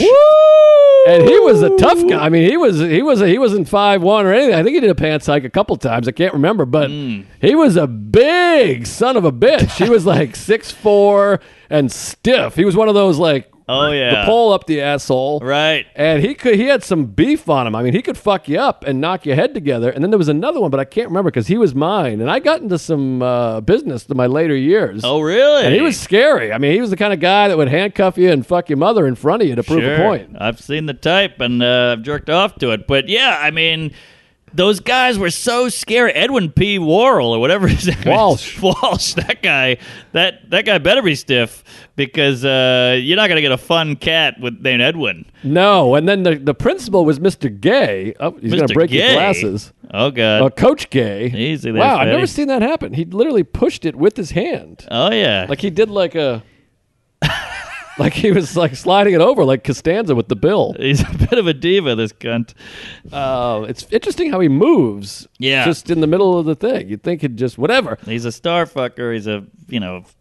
And he was a tough guy. I mean, he was he was he wasn't five one or anything. I think he did a pants hike a couple times. I can't remember, but Hmm. he was a big son of a bitch. He was like six four and stiff. He was one of those like Oh yeah. the pole up the asshole. Right. And he could he had some beef on him. I mean, he could fuck you up and knock your head together. And then there was another one, but I can't remember because he was mine. And I got into some uh, business in my later years. Oh really? And he was scary. I mean, he was the kind of guy that would handcuff you and fuck your mother in front of you to prove a Sure. point. I've seen the type and uh, I've jerked off to it. But yeah, I mean, those guys were so scary. Edwin P. Worrell or whatever his name is. Walsh. Walsh. That guy. That that guy better be stiff because uh, you're not gonna get a fun cat with named Edwin. No. And then the, the principal was Mr. Gay. Oh, he's going to Mr. break your Gay. glasses. Oh god. Uh, Coach Gay. Easy there, wow, I've Fatty. never seen that happen. He literally pushed it with his hand. Oh yeah. Like he did like a. like he was like sliding it over like Costanza with the bill. He's a bit of a diva, this cunt. Uh, it's interesting how he moves. Yeah. Just in the middle of the thing. You'd think he'd just, whatever. He's a star fucker. He's a you know f-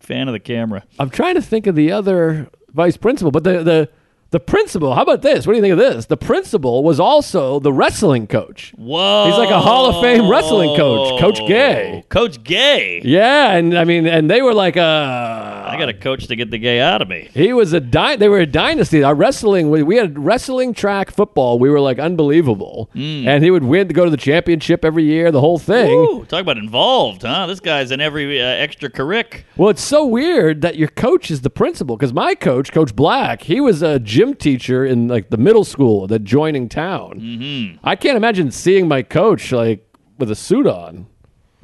fan of the camera. I'm trying to think of the other vice principal, but the, the, the principal, how about this? What do you think of this? The principal was also the wrestling coach. Whoa! He's like a Hall of Fame wrestling coach, Coach Gay. Coach Gay. Yeah, and I mean, and they were like, uh, I got a coach to get the gay out of me. He was a di- they were a dynasty. Our wrestling we, we had wrestling track football. We were like unbelievable. And he would win to go to the championship every year, the whole thing. Ooh, talk about involved, huh? This guy's in every uh, extra curric. Well, it's so weird that your coach is the principal because my coach, Coach Black, he was a gym teacher in like the middle school, the joining town. Mm-hmm. I can't imagine seeing my coach like with a suit on.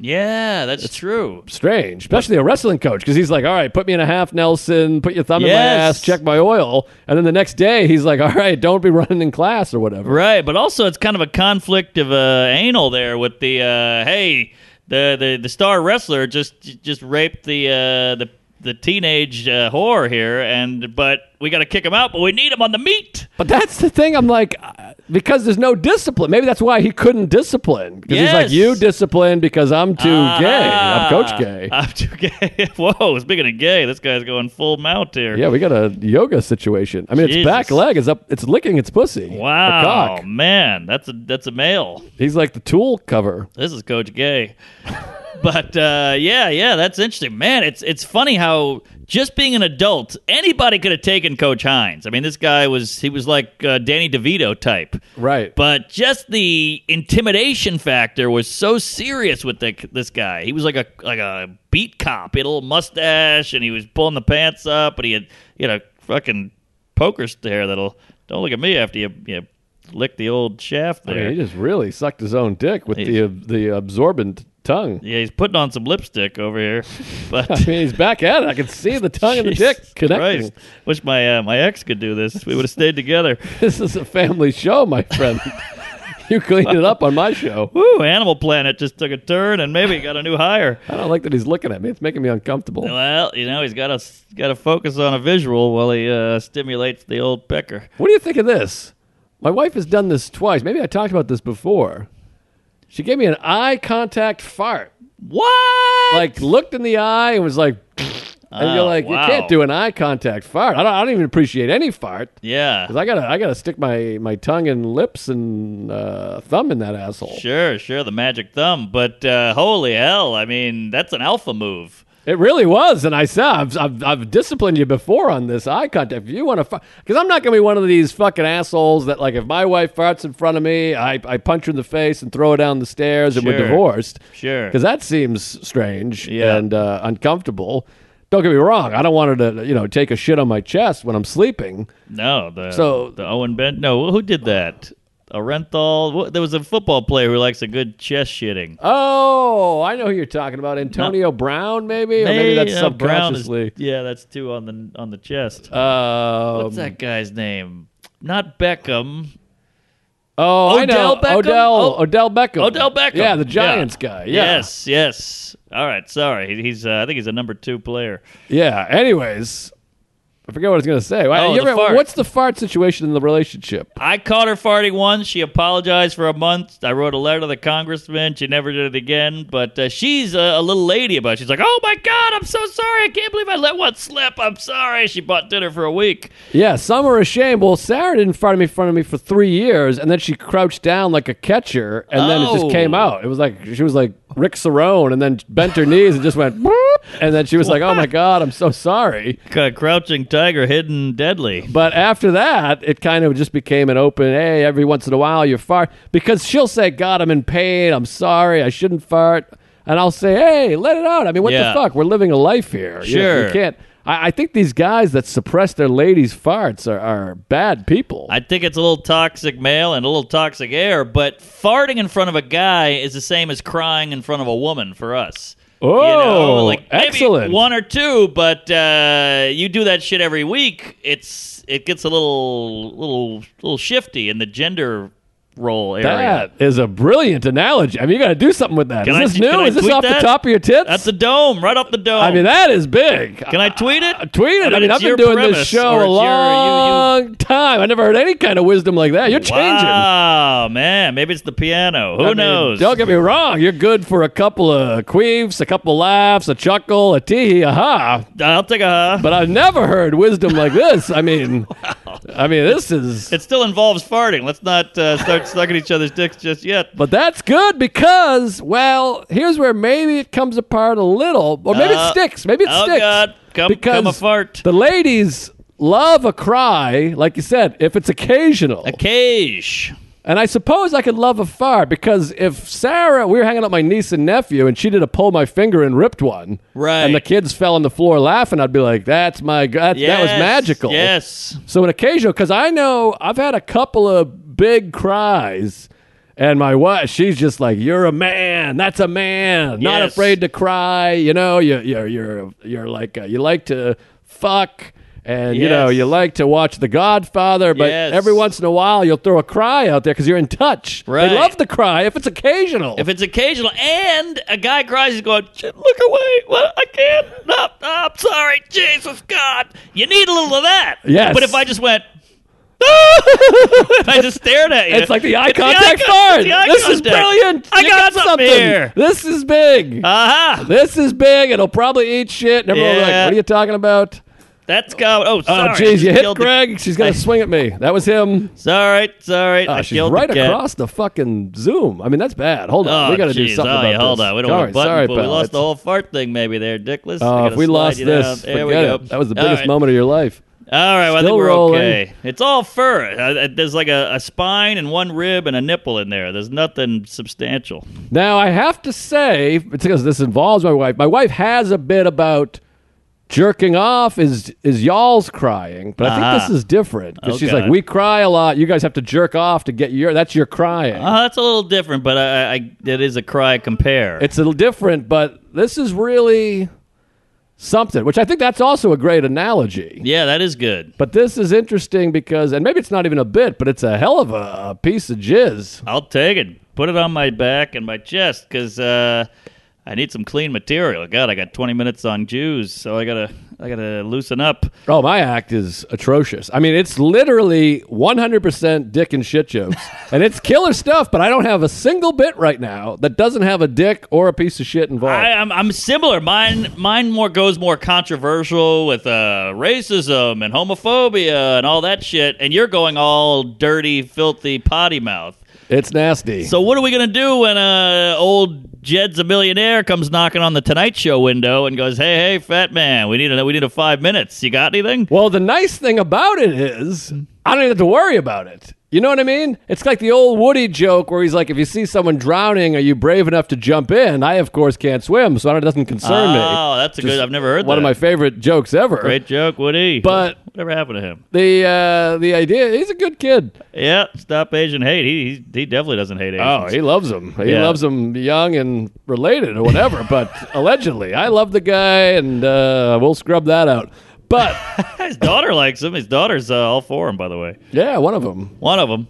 Yeah, that's true. Strange, especially a wrestling coach because he's like, all right, put me in a half Nelson, put your thumb in my Yes. ass, check my oil. And then the next day, he's like, all right, don't be running in class or whatever. Right, but also it's kind of a conflict of uh, anal there with the uh, hey, the, the the star wrestler just just raped the uh, the the teenage uh, whore here, and but we got to kick him out, but we need him on the meat. But that's the thing. I'm like, uh, because there's no discipline. Maybe that's why he couldn't discipline. Because he's like, Yes. you discipline because I'm too gay. I'm Coach Gay. I'm too gay. Whoa, speaking of gay, this guy's going full mount here. yeah, we got a yoga situation. I mean, its Jesus. back leg is up. It's licking its pussy. A Wow, cock. man, that's a that's a male. He's like the tool cover. This is Coach Gay. but uh, yeah, yeah, that's interesting, man. It's it's funny how just being an adult, anybody could have taken Coach Hines. I mean, this guy was he was like uh, Danny DeVito type, Right. but just the intimidation factor was so serious with the, this guy. He was like a like a beat cop. He had a little mustache, and he was pulling the pants up, and he had you know fucking poker stare that'll don't look at me after you you lick the old shaft I there. mean, he just really sucked his own dick with the, uh, the absorbent tongue. Yeah, he's putting on some lipstick over here, but I mean, he's back at it. I can see the tongue and the Jesus dick connecting. Christ. Wish my uh, my ex could do this. We would have stayed together. This is a family show, my friend. you cleaned it up on my show. Woo! Animal Planet just took a turn, and maybe got a new hire. I don't like that he's looking at me. It's making me uncomfortable. Well, you know, he's got to got to focus on a visual while he uh, stimulates the old pecker. What do you think of this? My wife has done this twice. Maybe I talked about this before. She gave me an eye contact fart. What? Like looked in the eye and was like, and you're Oh, like, wow. you can't do an eye contact fart. I don't, I don't even appreciate any fart yeah. because I gotta I gotta stick my my tongue and lips and uh, thumb in that asshole. Sure, sure, the magic thumb, but uh, holy hell! I mean, that's an alpha move. It really was, and I said I've, I've, I've disciplined you before on this eye contact. If you want to, because I'm not going to be one of these fucking assholes that like if my wife farts in front of me, I, I punch her in the face and throw her down the stairs, and we're Sure. divorced. Sure. because that seems strange Yeah. and uh, uncomfortable. Don't get me wrong, I don't want her to you know take a shit on my chest when I'm sleeping. No, the So- the Owen Ben. No, who did that? Arenthal. wh- There was a football player who likes a good chest shitting. Oh, I know who you're talking about, Antonio Brown, maybe, or maybe that's uh, Brown is- subconsciously. yeah, that's two on the on the chest. Um, What's that guy's name? Not Beckham. Oh, I Odell know. Beckham? Odell. Oh. Odell Beckham. Odell Beckham. Yeah, the Giants guy. Yeah. Yes, yes. All right, sorry. He- He's uh, I think he's a number two player. Yeah. Anyways, I forget what I was gonna say. Well, Oh, you the fart. What's the fart situation in the relationship? I caught her farting once. She apologized for a month. I wrote a letter to the congressman. She never did it again. But uh, she's a, a little lady about it. She's like, oh my God, I'm so sorry. I can't believe I let one slip. I'm sorry. She bought dinner for a week. Yeah, some are ashamed. Well, Sarah didn't fart at me in front of me for three years, and then she crouched down like a catcher, and then it Oh. just came out. It was like she was like Rick Sarone, and then bent her knees and just went, "Boop," and then she was like, "Oh my god, I'm so sorry." C- crouching tiger hidden deadly. But after that, it kind of just became an open, hey, every once in a while you fart. Because she'll say, God, I'm in pain. I'm sorry. I shouldn't fart. And I'll say, hey, let it out. I mean, what the Yeah. fuck? We're living a life here. You- You, Sure. can't. I, I think these guys that suppress their ladies' farts are, are bad people. I think it's a little toxic male and a little toxic air, but farting in front of a guy is the same as crying in front of a woman for us. Oh, maybe excellent. one or two, but uh, you do that shit every week. It's it gets a little little little shifty in the gender role area. that is a brilliant analogy. I mean, you got to do something with that. Can I Is this t- can new? I Is this tweet off that? the top of your tits? That's the dome, right up the dome. I mean, that is big. can I tweet it? Tweet it. I mean, it's I've been your doing premise, this or show a it's your- you- you- long time. I never heard any kind of wisdom like that. You're changing. Wow, man, maybe it's the piano. Who I mean, knows? don't get me wrong. You're good for a couple of queefs, a couple laughs, a chuckle, a tee, aha. I'll take a. But I've never heard wisdom like this. I mean, I mean, this is. It still involves farting. Let's not uh, start sucking each other's dicks just yet. But that's good because, well, here's where maybe it comes apart a little, or maybe Uh, it sticks. Maybe it oh, sticks. God. Come- because come a fart. The ladies love a cry, like you said, if it's occasional. A cage. And I suppose I could love a fart because if Sarah, we were hanging out with my niece and nephew, and she did a pull my finger and ripped one, Right. And the kids fell on the floor laughing. I'd be like, "That's my that, that was Yes, magical." Yes. So an occasional, because I know I've had a couple of big cries, and my wife, she's just like, "You're a man. That's a man. Not Yes. afraid to cry. You know, you you're you're you're like uh, you like to fuck." And you know Yes. you like to watch The Godfather, but Yes. every once in a while you'll throw a cry out there because you're in touch. Right. They love the cry if it's occasional. If it's occasional and a guy cries, he's going, "Shit, look away. What? I can't. No, no, I'm sorry. Jesus, God. You need a little of that. Yes. But if I just went, and I just stared at you. it's like the eye It's contact con- card. it's the eye This is contact. brilliant. I You got, something here. This is big. Aha. This is big. It'll probably eat shit. And everyone will be Yeah. like, what are you talking about? That's got. Oh, sorry. Oh, I jeez, you just hit killed the- Greg. She's going I- to swing at me. That was him. Sorry, sorry. Uh, I she's killed the right cat. across the fucking Zoom. I mean, that's bad. Hold on. Oh, we got to do jeez. something oh, about yeah, Hold this. on, we don't Sorry, want to button, sorry, but pal. we lost It's- the whole fart thing. Maybe there, Dickless. Oh, I if gotta we slide lost you this, down. there we forget go. it. That was the All biggest right. moment of your life. All right, well, I Still think we're rolling. okay. It's all fur. Uh, uh, There's like a, a spine and one rib and a nipple in there. There's nothing substantial. Now I have to say, because this involves my wife. My wife has a bit about jerking off is is y'all's crying, but I Ah. think this is different because Oh, she's God. like, we cry a lot. You guys have to jerk off to get your that's your crying. Oh, that's a little different, but I, I it is a cry compare. It's a little different, but this is really something, which I think that's also a great analogy. yeah, that is good. But this is interesting because, and maybe it's not even a bit, but it's a hell of a, a piece of jizz. I'll take it. Put it on my back and my chest because uh, I need some clean material. God, I got 20 minutes on Jews, so I gotta I gotta loosen up. Oh, my act is atrocious. I mean, it's literally 100% dick and shit jokes. and it's killer stuff, but I don't have a single bit right now that doesn't have a dick or a piece of shit involved. I, I'm, I'm similar. Mine mine more goes more controversial with uh, racism and homophobia and all that shit. And you're going all dirty, filthy potty mouth. it's nasty. So what are we gonna do when uh, old Jed's a millionaire comes knocking on the Tonight Show window and goes, "Hey, hey, fat man, we need a we need a five minutes. You got anything?" Well, the nice thing about it is I don't even have to worry about it. You know what I mean? It's like the old Woody joke where he's like, if you see someone drowning, are you brave enough to jump in? I, of course, can't swim, so it doesn't concern me. Oh, that's a good. I've never heard One that. of my favorite jokes ever. great joke, Woody. But- whatever happened to him? The uh, the idea, he's a good kid. Yeah, stop Asian hate. He he, he definitely doesn't hate Asians. Oh, he loves him. He Yeah. loves him young and related or whatever, but allegedly. I love the guy, and uh, we'll scrub that out. But His daughter likes him. His daughter's uh, all for him, by the way. yeah, one of them. One of them.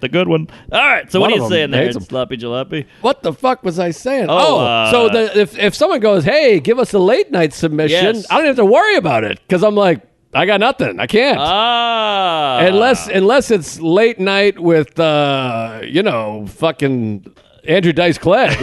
The good one. All right, so One of what are you 'em saying there? hates him. Sloppy jalopy. What the fuck was I saying? Oh, Oh, uh, so the, if if someone goes, "Hey, give us a late night submission," Yes. I don't have to worry about it because I'm like, I got nothing. I can't Ah. unless unless it's late night with uh, you know fucking Andrew Dice Clay.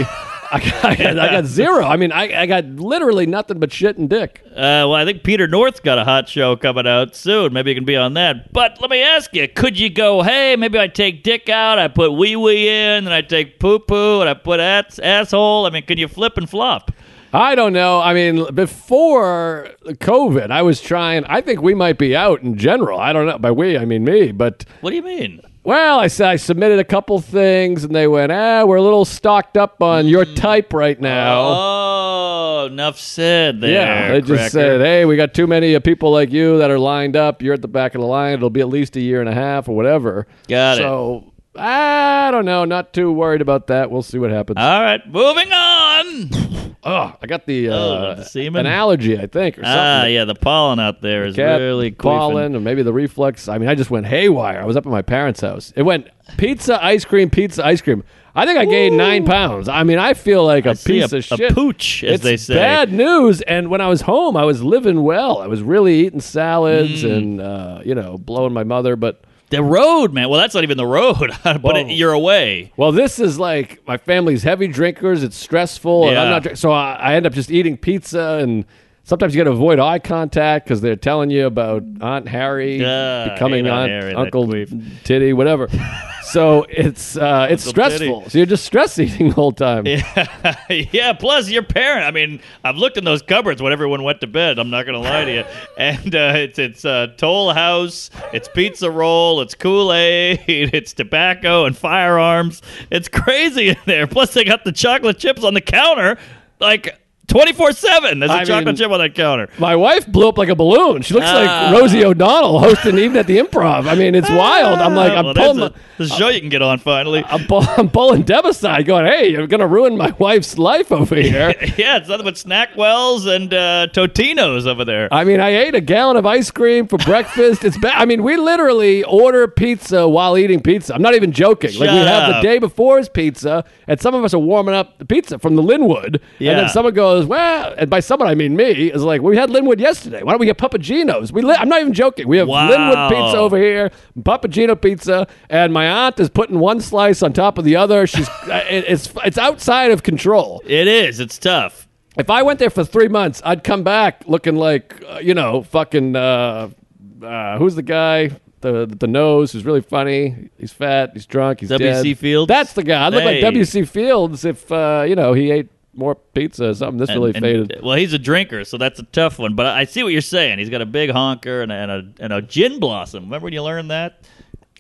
I, got, I, got, I got zero. I mean, I, I got literally nothing but shit and dick. Uh, well, I think Peter North's got a hot show coming out soon. Maybe you can be on that. But let me ask you: Could you go? Hey, maybe I take dick out, I put wee wee in, and I take poo poo, and I put ass- asshole. I mean, can you flip and flop? I don't know. I mean, before COVID, I was trying. I think we might be out in general. I don't know. By we, I mean me. But What do you mean? well, I said I submitted a couple things, and they went, "Ah, we're a little stocked up on your Hmm. type right now." Oh, enough said there. yeah, they cracker. just said, "Hey, we got too many uh, people like you that are lined up. You're at the back of the line. It'll be at least a year and a half or whatever." Got it. so, I don't know. Not too worried about that. We'll see what happens. All right, moving on. Ugh, I got the, uh, Oh, the semen? an allergy, I think, or something. Ah, yeah, the pollen out there is cat really queefing. pollen or maybe the reflux. I mean, I just went haywire. I was up at my parents' house. It went pizza, ice cream, pizza, ice cream. I think I gained nine pounds. I mean, I feel like a I see piece a, of shit. a pooch, as it's they say. bad news. And when I was home, I was living well. I was really eating salads Mm. and uh, you know blowing my mother. But The road, man. Well, that's not even the road, but it, Whoa. you're away. well, this is like my family's heavy drinkers. It's stressful, and I'm Yeah. not. Drink- so I, I end up just eating pizza and. Sometimes you got to avoid eye contact because they're telling you about Aunt Harry Yeah, becoming hate Aunt Aunt, Harry, that Uncle queef. Titty, whatever. so it's uh, it's Uncle Titty. stressful. So you're just stress eating the whole time. yeah, plus your parent. I mean, I've looked in those cupboards when everyone went to bed. I'm not going to lie to you. And uh, it's it's uh, Toll House, it's Pizza Roll, it's Kool Aid, it's tobacco and firearms. It's crazy in there. Plus, they got the chocolate chips on the counter, like 24 7. There's a I mean- chocolate chip on that counter. My wife blew up like a balloon. She looks Ah. like Rosie O'Donnell hosting even at the improv. I mean, it's wild. I'm like, I'm Well, there's pulling, a, there's a show you can get on finally. I'm, pull, I'm pulling Deb aside, going, "Hey, you're gonna ruin my wife's life over here." yeah, it's nothing but snack wells and uh, Totino's over there. I mean, I ate a gallon of ice cream for breakfast. It's bad. I mean, we literally order pizza while eating pizza. I'm not even joking. like we Shut have the up. day before's pizza, and some of us are warming up the pizza from the Linwood. And Yeah. then someone goes, "Well," and by someone I mean me is like, "We had Linwood yesterday. Why don't we get Papagino's?" We li- I'm not even joking. We have Wow. Linwood pizza over here, Papagino pizza, and my aunt is putting one slice on top of the other. She's it- it's it's outside of control. it is. It's tough. If I went there for three months, I'd come back looking like uh, you know, fucking uh, uh, who's the guy? The, the nose who's really funny. He's fat. He's drunk. He's W.C. dead. Fields? That's the guy. I look Hey. like W.C. Fields if uh, you know he ate more pizza or something. This And- really and- faded. Well, he's a drinker, so that's a tough one. But I I see what you're saying. He's got a big honker and a, and a, and a gin blossom. Remember when you learned that?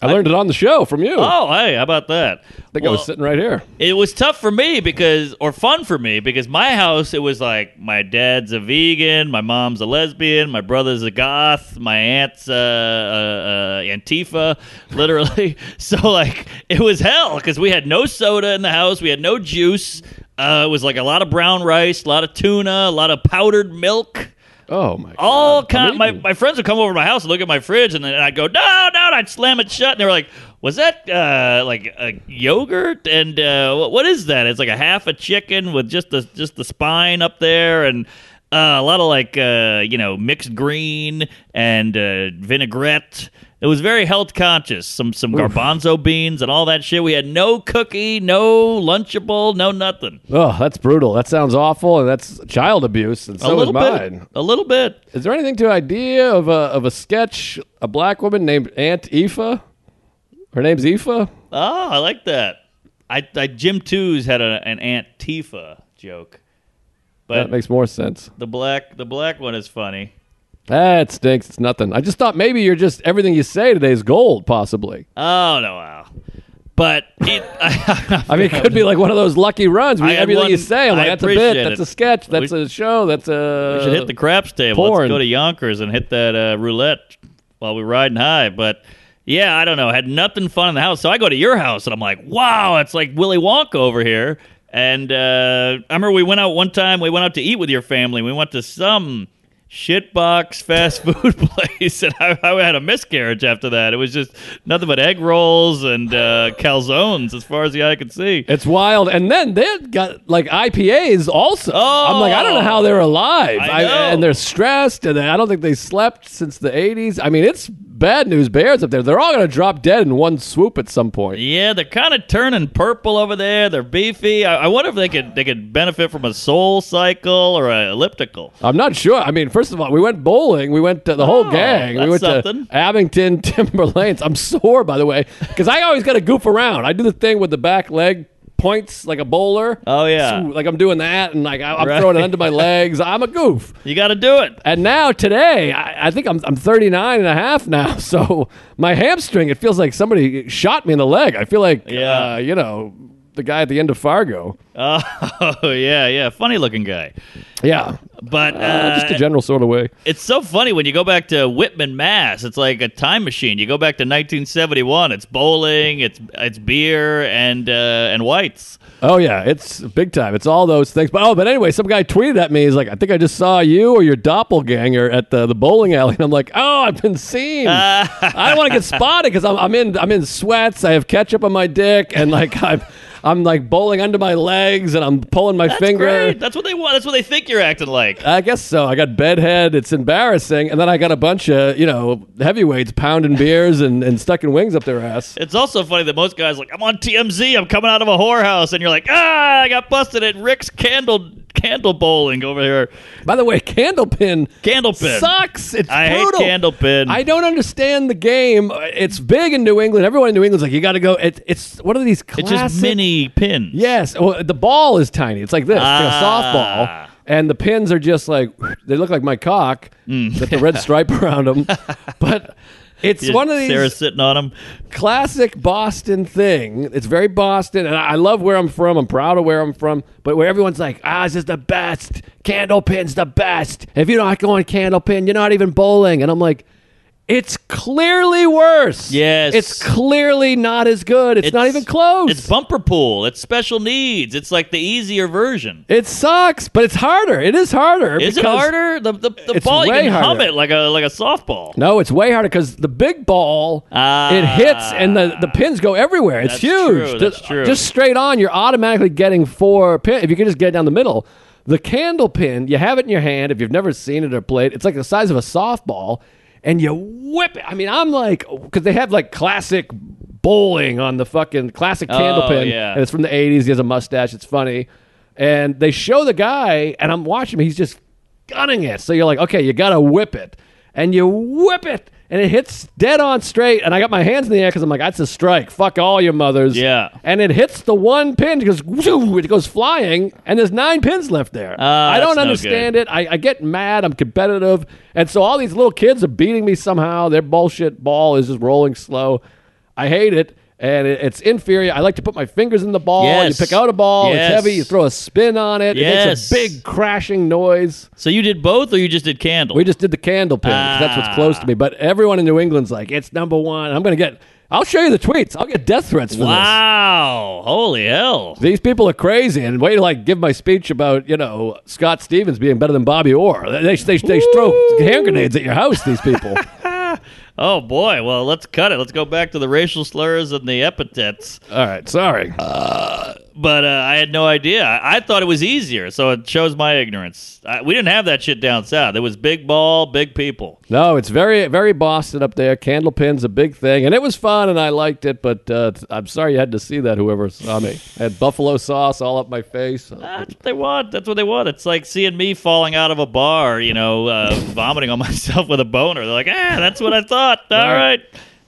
I, learned it on the show from you. I Oh, hey, how about that? think I Well, was sitting right here. it was tough for me because, or fun for me because my house, it was like my dad's a vegan, my mom's a lesbian, my brother's a goth, my aunt's uh, uh, uh, Antifa, literally. so, like, it was hell because we had no soda in the house, we had no juice. Uh, it was like a lot of brown rice, a lot of tuna, a lot of powdered milk. Oh my! All God. kind. I'm My, eating. my friends would come over to my house and look at my fridge, and then I'd go, no, no, and I'd slam it shut. And they were like, was that uh, like a yogurt? And uh, what, what is that? It's like a half a chicken with just the just the spine up there, and uh, a lot of like uh, you know mixed green and uh, vinaigrette. It was very health conscious. Some some garbanzo beans and all that shit. We had no cookie, no lunchable, no nothing. Oh, that's brutal. That sounds awful, and that's child abuse, and a so is little mine. bit. A little bit. Is there anything to idea of a of a sketch? A black woman named Aunt Aoife. Her name's Aoife. Oh, I like that. I, I Jim Two's had a, an Aunt Tifa joke, That but makes more sense. the black the black one is funny. That stinks. It's nothing. I just thought maybe you're just everything you say today is gold, possibly. Oh no, wow. But it, I, I mean, it could be like one of those lucky runs. where I had everything you one- say, I'm I like, that's a appreciate bit, that's it. a sketch, that's We- a show, that's a. should hit the craps table. porn. Let's go to Yonkers and hit that uh, roulette while we're riding high. But yeah, I don't know. Had nothing fun in the house, so I go to your house and I'm like, wow, it's like Willy Wonka over here. And uh, I remember we went out one time. We went out to eat with your family. We went to some shitbox fast food place, and I, I had a miscarriage after that. It was just nothing but egg rolls and uh, calzones, as far as the eye could see. It's wild. And then they got like IPAs also. Oh. I'm like, I don't know how they're alive. I know. and they're stressed, and I don't think they slept since the 80s. I mean, it's bad news bears up there. They're all going to drop dead in one swoop at some point. Yeah, they're kind of turning purple over there. They're beefy. I, I wonder if they could they could benefit from a soul cycle or an elliptical. I'm not sure. I mean, first of all, we went bowling. We went to the whole Oh, gang. We that's went something. to Abington Timberlanes. I'm sore, by the way, because I always got to goof around. I do the thing with the back leg points like a bowler. Oh, yeah. So, like I'm doing that, and like I, I'm Right. throwing it under my legs. I'm a goof. You got to do it. And now today, I, I think I'm I'm 39 and a half now. So my hamstring, it feels like somebody shot me in the leg. I feel like Yeah. uh, you know the guy at the end of Fargo. Oh yeah, yeah. Funny looking guy. Yeah, But uh, Uh, just a general sort of way. it's so funny when you go back to Whitman, Mass. It's like a time machine. You go back to 1971. It's bowling. It's it's beer and uh, and whites. Oh yeah, it's big time. It's all those things. But oh, but anyway, some guy tweeted at me. He's like, "I think I just saw you or your doppelganger at the, the bowling alley." And I'm like, "Oh, I've been seen. Uh, I don't want to get spotted because I'm, I'm in I'm in sweats. I have ketchup on my dick, and like I'm I'm like bowling under my legs, and I'm pulling my That's finger. great. That's what they want. That's what they think you're acting like. I guess so. I got bedhead. It's embarrassing, and then I got a bunch of you know heavyweights pounding beers and, and stucking wings up their ass. It's also funny that most guys are like I'm on TMZ. I'm coming out of a whorehouse, and you're like, ah, I got busted at Rick's candle candle bowling over here. By the way, Candlepin Candlepin. sucks. It's I hate brutal. Candlepin. I don't understand the game. It's big in New England. Everyone in New England's like, you got to go. It, it's what are these classic? It's just mini pins. Yes. Well, the ball is tiny. It's like this, it's Ah. like a softball. And the pins are just like they look like my cock Mm. with the red stripe around them. But it's one of these Sarah's sitting on them. classic Boston thing. It's very Boston, and I I love where I'm from. I'm proud of where I'm from. But where everyone's like, "Ah, this is the best. Candlepin's the best. If you're not going Candlepin, you're not even bowling." And I'm like, "It's clearly worse. Yes. it's clearly not as good. It's, not even close. It's bumper pool. It's special needs. It's like the easier version. it sucks, but it's harder. It is harder. Is it because- harder? The the, the It's ball you way can hum harder. it like a like a softball. No, it's way harder because the big ball Ah. it hits and the, the pins go everywhere. It's That's huge. true, that's Just- true. Just straight on, you're automatically getting four pin. If you can just get it down the middle, the candle pin you have it in your hand. If you've never seen it or played, it's like the size of a softball, and you whip it. I mean, I'm like because they have like classic bowling on the fucking classic candle Oh, pin, yeah. and it's from the '80s. He has a mustache. It's funny, and they show the guy, and I'm watching him. He's just gunning it. So you're like, okay, you gotta whip it, and you whip it, and it hits dead on straight. And I got my hands in the air because I'm like, that's a strike. Fuck all your mothers. Yeah. And it hits the one pin. It goes, whoo, it goes flying, and there's nine pins left there. I Uh, that's don't no understand it. I, I get mad. I'm competitive, and so all these little kids are beating me somehow. Their bullshit ball is just rolling slow. I hate it. And it- it's inferior. I like to put my fingers in the ball. Yes. You pick out a ball. Yes. It's heavy. You throw a spin on it. It makes Yes. a big crashing noise. So you did both, or you just did candle? We just did the candle pin. 'cause That's what's close Ah. to me. But everyone in New England's like, it's number one. I'm going to get, I'll show you the tweets. I'll get death threats for this. wow! Holy hell! These people are crazy. And wait till I give my speech about, you know, Scott Stevens being better than Bobby Orr. They, they, they, they throw hand grenades at your house, these people. Oh boy! Well, let's cut it. Let's go back to the racial slurs and the epithets. All right. Sorry. But uh, I had no idea. I, I thought it was easier, so it shows my ignorance. I, we didn't have that shit down south. It was big ball, big people. No, it's very, very Boston up there. Candlepin's a big thing, and it was fun, and I liked it. But uh, t- I'm sorry you had to see that. Whoever saw me I had buffalo sauce all up my face. Ah, That's what they want. That's what they want. It's like seeing me falling out of a bar, you know, uh, vomiting on myself with a boner. They're like, ah, that's what I thought. All right.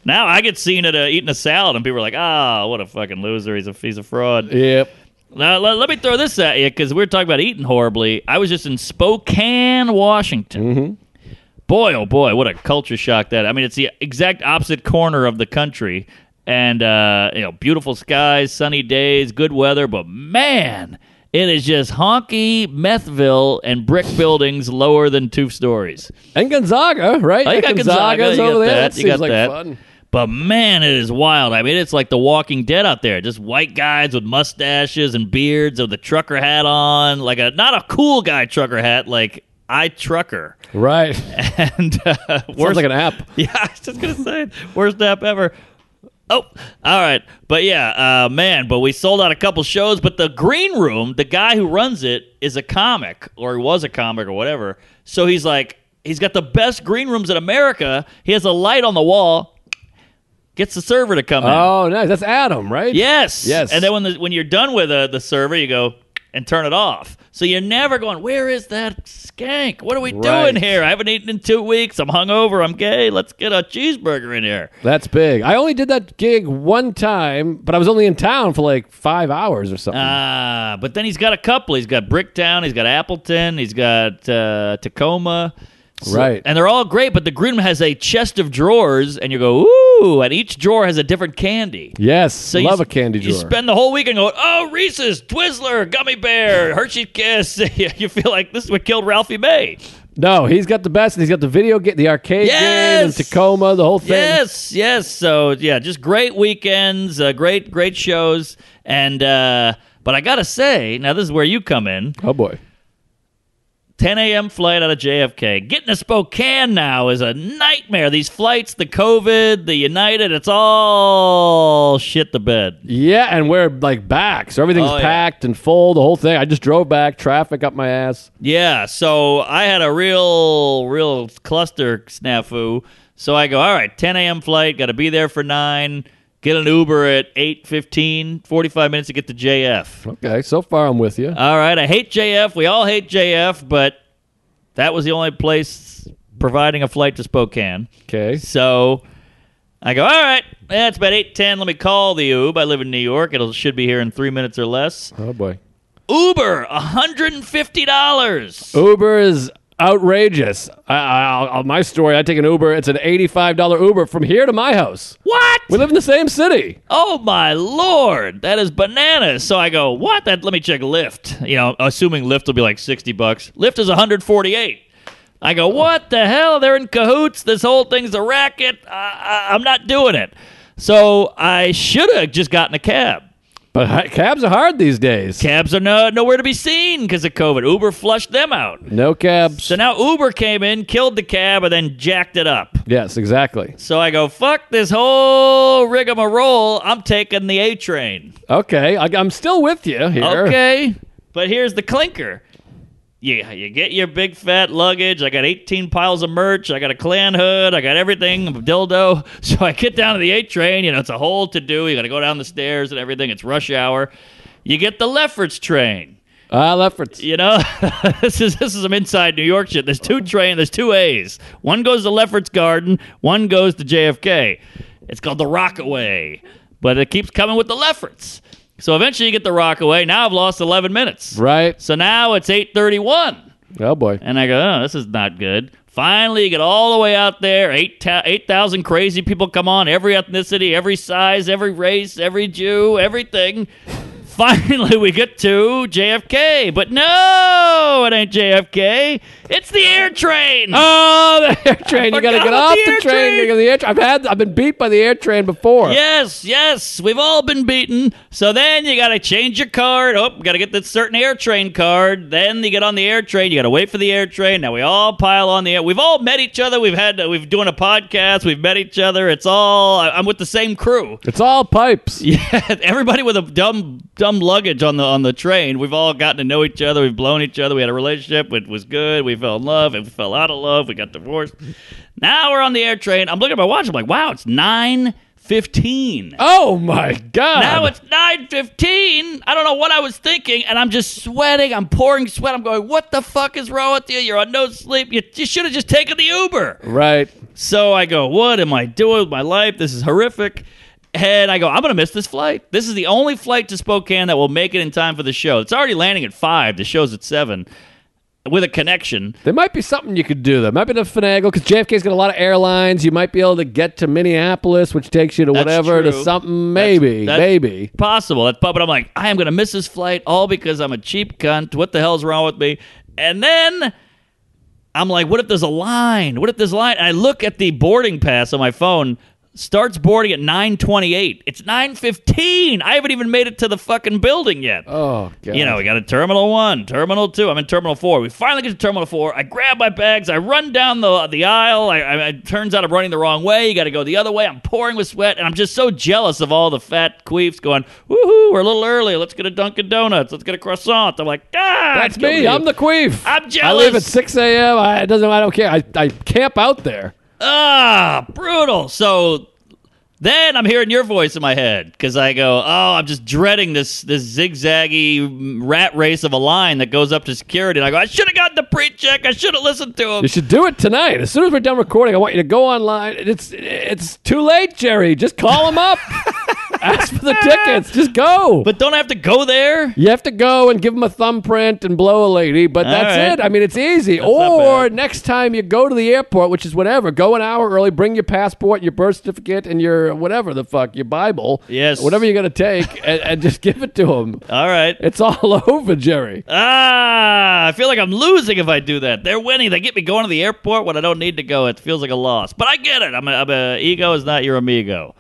Now I get seen at a, eating a salad, and people are like, ah, what a fucking loser. He's a, he's a fraud. Yep. Now, let, let me throw this at you because we're talking about eating horribly. I was just in Spokane, Washington. Boy, oh boy, what a culture shock that! I mean, it's the exact opposite corner of the country, and uh, you know, beautiful skies, sunny days, good weather. But man, it is just honky Methville and brick buildings lower than two stories. And Gonzaga, right? Oh, you got Gonzaga. You got over there. that. That you seems got like that. fun. But man, it is wild. I mean, it's like The Walking Dead out there. Just white guys with mustaches and beards with the trucker hat on, like a not a cool guy trucker hat, like I trucker. Right. And uh, Sounds worst, like an app. yeah, I was just gonna say it. worst app ever. Oh, all right, but yeah, uh, man. But we sold out a couple shows. But the green room, the guy who runs it is a comic, or he was a comic, or whatever. So he's like, he's got the best green rooms in America. He has a light on the wall. Gets the server to come in. Oh, nice. That's Adam, right? Yes. Yes. And then when the, when you're done with uh, the server, you go, and turn it off. So you're never going, where is that skank? What are we Right. doing here? I haven't eaten in two weeks. I'm hungover. I'm gay. Let's get a cheeseburger in here. That's big. I only did that gig one time, but I was only in town for like five hours or something. Ah, but then he's got a couple. He's got Bricktown. He's got Appleton. He's got uh, Tacoma. So- Right. And they're all great, but the Grudem has a chest of drawers, and you go, ooh, and each drawer has a different candy. yes, you love s- a candy drawer. You spend the whole weekend going, oh, Reese's, Twizzler, Gummy Bear, Hershey Kiss. you feel like this is what killed Ralphie May. no, he's got the best. and He's got the video game, the arcade game, and Yes! Tacoma, the whole thing. Yes, yes. So yeah, just great weekends, uh, great, great shows, and uh, but I gotta say, now this is where you come in. Oh boy. 10 a.m. flight out of JFK. Getting to Spokane now is a nightmare. These flights, the COVID, the United, it's all shit the bed. Yeah, and we're like back, so everything's Oh, yeah. packed and full. The whole thing. I just drove back, traffic up my ass. Yeah, so I had a real, real cluster snafu. So I go, all right, 10 a.m. flight, got to be there for 9, get an Uber at 8.15, 45 minutes to get to JF. Okay, so far I'm with you. All right, I hate JF. We all hate JF, but that was the only place providing a flight to Spokane. Okay, So I go, all right, that's about 8.10. Let me call the Uber. I live in New York. It should be here in three minutes or less. oh boy. Uber, $150. Uber is outrageous. I, I, I, my story. I take an Uber. It's an eighty-five dollar Uber from here to my house. What? We live in the same city. Oh, my Lord. That is bananas. So I go, what? That, let me check Lyft. You know, assuming Lyft will be like 60 bucks. Lyft is 148 I go, what the hell? They're in cahoots. This whole thing's a racket. I, I, I'm not doing it. So I should have just gotten a cab. But hi- cabs are hard these days. Cabs are no, nowhere to be seen because of COVID. Uber flushed them out. no cabs. So now Uber came in, killed the cab, and then jacked it up. Yes, exactly. So I go, fuck this whole rigmarole. I'm taking the A train. Okay, I, I'm still with you here. Okay. But here's the clinker. Yeah, you get your big fat luggage. I got 18 piles of merch. I got a clan hood. I got everything, dildo. So I get down to the 8 train. You know, it's a whole to do. You got to go down the stairs and everything. It's rush hour. You get the Lefferts train. Ah, Lefferts. You know, this is this is some inside New York shit. There's two train, there's two A's. One goes to Lefferts Garden, one goes to JFK. It's called the Rockaway, but it keeps coming with the Lefferts. So eventually you get the Rockaway. Now I've lost 11 minutes. Right. So now it's 8:31. Oh boy. And I go, oh, this is not good. Finally, you get all the way out there. Eight ta- 8,000 crazy people come on, every ethnicity, every size, every race, every Jew, everything. Finally, we get to JFK. But no, it ain't JFK. It's the air train. Oh, the air train! You I got to forgot get about off the the, air train. train. You gotta- The air tra- I've had. I've been beat by the air train before. Yes, yes, we've all been beaten. So then you got to change your card. Oh, got to get this certain air train card. Then you get on the air train. You got to wait for the air train. Now we all pile on the air. We've all met each other. We've had we've doing a podcast. We've met each other. It's all I- I'm with the same crew. It's all pipes. Yeah, everybody with a dumb dumb luggage on the on the train. We've all gotten to know each other. We've blown each other. We had a relationship. It was good. We fell in love. And we fell out of love. We got divorced. Now we're on the air train. I'm looking at my watch. I'm like, wow, it's nine fifteen. Oh my god! Now it's nine fifteen. I don't know what I was thinking, and I'm just sweating. I'm pouring sweat. I'm going, what the fuck is wrong with you? You're on no sleep. You, you should have just taken the Uber. right. So I go, what am I doing with my life? This is horrific. And I go, I'm going to miss this flight. This is the only flight to Spokane that will make it in time for the show. It's already landing at five. The show's at seven, with a connection. There might be something you could do. There might be the finagle because JFK's got a lot of airlines. You might be able to get to Minneapolis, which takes you to That's whatever to true. something. That's- Maybe, that's maybe. possible. That's but I'm like, I am gonna miss this flight all because I'm a cheap cunt. What the hell's wrong with me? And then I'm like, what if there's a line? What if there's a line? And I look at the boarding pass on my phone. Starts boarding at 9:28. It's 9:15. I haven't even made it to the fucking building yet. Oh god! You know, we got a terminal one, terminal two. I'm in terminal four. We finally get to terminal four. I grab my bags. I run down the the aisle. I, I it turns out I'm running the wrong way. You got to go the other way. I'm pouring with sweat, and I'm just so jealous of all the fat queefs going. Woohoo! We're a little early. Let's get a Dunkin' Donuts. Let's get a croissant. I'm like, ah, that's I'd kill me. you. I'm the queef. I'm I leave at jealous. six a.m. I it doesn't. I don't care. I, I camp out there. ah brutal. So. Then I'm hearing your voice in my head because I go, oh, I'm just dreading this this zigzaggy rat race of a line that goes up to security. And I go, I should have gotten the pre-check. I should have listened to him. You should do it tonight. As soon as we're done recording, I want you to go online. It's it's too late, Jerry. Just call him up. Ask for the tickets. Just go. But don't I have to go there? You have to go and give them a thumbprint and blow a lady, but that's right. it. I mean, it's easy. not or next time you go to the airport, which is whatever, go an hour early, bring your passport, your birth certificate, and your whatever the fuck, your Bible. Yes. Whatever you're going to take, and, and just give it to them. All right. It's all over, Jerry. Ah, I feel like I'm losing if I do that. They're winning. They get me going to the airport when I don't need to go. It feels like a loss. But I get it. I'm a, I'm a ego is not your amigo.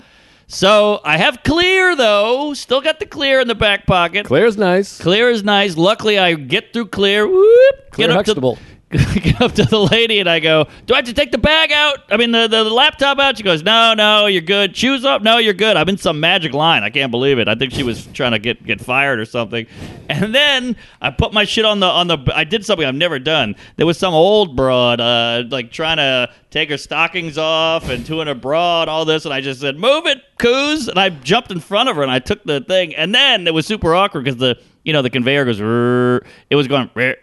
So I have clear though. Still got the clear in the back pocket. Claire's nice. Clear is nice. Luckily, I get through clear. Whoop, Clear get up Huxtable. to get up to the lady, and I go, "Do I have to take the bag out? I mean, the, the laptop out?" She goes, "No, no, you're good. Shoes up? No, you're good." I'm in some magic line. I can't believe it. I think she was trying to get get fired or something. And then I put my shit on the on the. I did something I've never done. There was some old broad uh, like trying to take her stockings off and doing her bra and all this, and I just said, "Move it, coos!" And I jumped in front of her and I took the thing. And then it was super awkward because the you know the conveyor goes. "Rrrr." It was going. "Rrrr,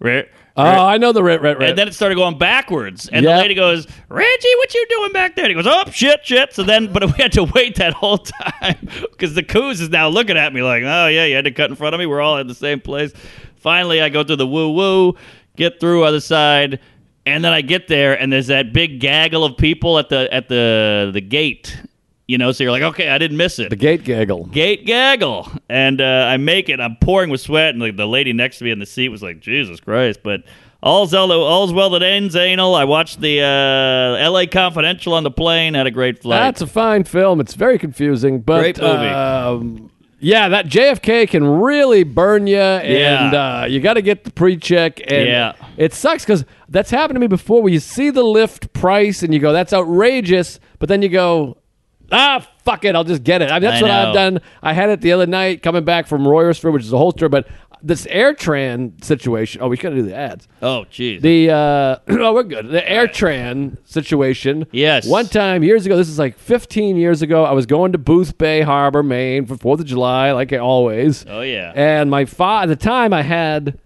rrrr, Oh, rrrr." I know the rent, rent, rent. And then it started going backwards. And Yeah. the lady goes, Reggie, what you doing back there? And he goes, oh, shit, shit. So then, but we had to wait that whole time because the coos is now looking at me like, oh, yeah, you had to cut in front of me. We're all at the same place. Finally, I go through the woo woo, get through other side. And then I get there, and there's that big gaggle of people at the at the the gate, you know. So you're like, okay, I didn't miss it the gate gaggle. gate gaggle and uh, i make it i'm pouring with sweat and like, the lady next to me in the seat was like jesus christ but all's, el- all's well that ends anal i watched the uh, la confidential on the plane had a great flight That's a fine film. It's very confusing, but Great movie. Um, yeah, that JFK can really burn you, and Yeah. uh, you got to get the pre-check. And Yeah. it sucks because that's happened to me before. Where you see the lift price and you go, "That's outrageous," but then you go, "Ah, fuck it, I'll just get it." I mean, that's I what know. I've done. I had it the other night coming back from Royersford, which is a whole story, but this AirTran situation. Oh, we got to do the ads. oh jeez The uh, oh, we're good. The AirTran situation. Yes. One time years ago, this is like 15 years ago. I was going to Booth Bay Harbor, Maine, for Fourth of July, like I always. Oh, yeah. And my fa- at the time, I had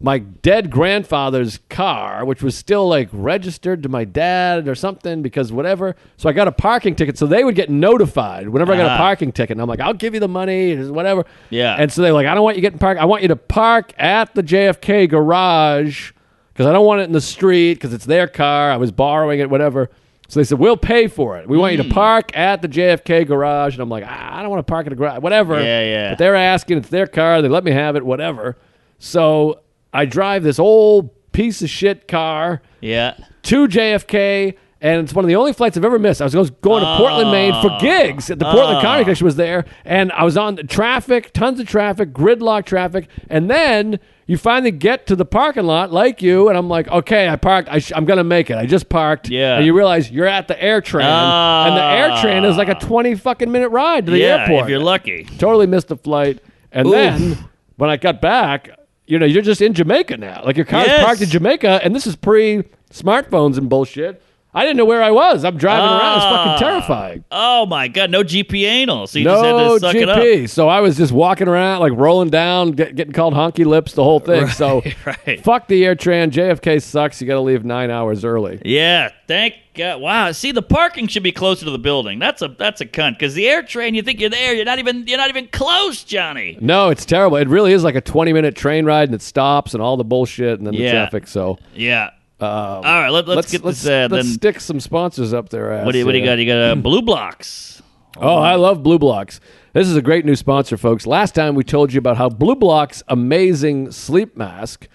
my dead grandfather's car, which was still like registered to my dad or something because whatever. So I got a parking ticket, so they would get notified whenever I got a Ah. parking ticket. And I'm like, I'll give you the money, whatever. Yeah. And so they're like, I don't want you getting parked. I want you to park at the JFK garage because I don't want it in the street because it's their car. I was borrowing it, whatever. So they said, we'll pay for it. We want you Hmm. to park at the JFK garage. And I'm like, "Ah, I don't want to park at a garage, whatever. Yeah, yeah. But they're asking, it's their car. They let me have it, whatever. So I drive this old piece of shit car yeah to JFK, and it's one of the only flights I've ever missed. I was going going to Portland, Maine Ah. for gigs. The Portland Comedy Connection was there, and I was on the traffic, tons of traffic, gridlock traffic, and then you finally get to the parking lot, like you, and I'm like, okay, I parked. I sh- I'm gonna make it. I just parked. Yeah. and you realize you're at the air train, and the air train is like a 20 fucking minute ride to the Ah. yeah airport if you're lucky totally missed the flight. And then when I got back, you know, you're just in Jamaica now. Like your car's Yes. parked in Jamaica, and this is pre smartphones and bullshit. I didn't know where I was. I'm driving around. It's fucking terrifying. oh my god no gp anal so you No Ah. just had to suck it up GP. So I was just walking around, like rolling down, get, getting called honky lips, the whole thing. so right. fuck the AirTran. JFK sucks. You got to leave nine hours early. yeah, thank God. Wow, see, the parking should be closer to the building. That's a that's a cunt. Because the air train, you think you're there, you're not even you're not even close, Johnny. No, it's terrible. It really is like a 20 minute train ride, and it stops, and all the bullshit, and then Yeah. the traffic. So Yeah. All right, let, let's, get Um, let's, this. Uh, let's then stick some sponsors up their ass. what do you, what do you here. got? You got uh, blue blocks. Oh, I love Blue Blocks. This is a great new sponsor, folks. Last time we told you about how Blue Blocks amazing sleep mask,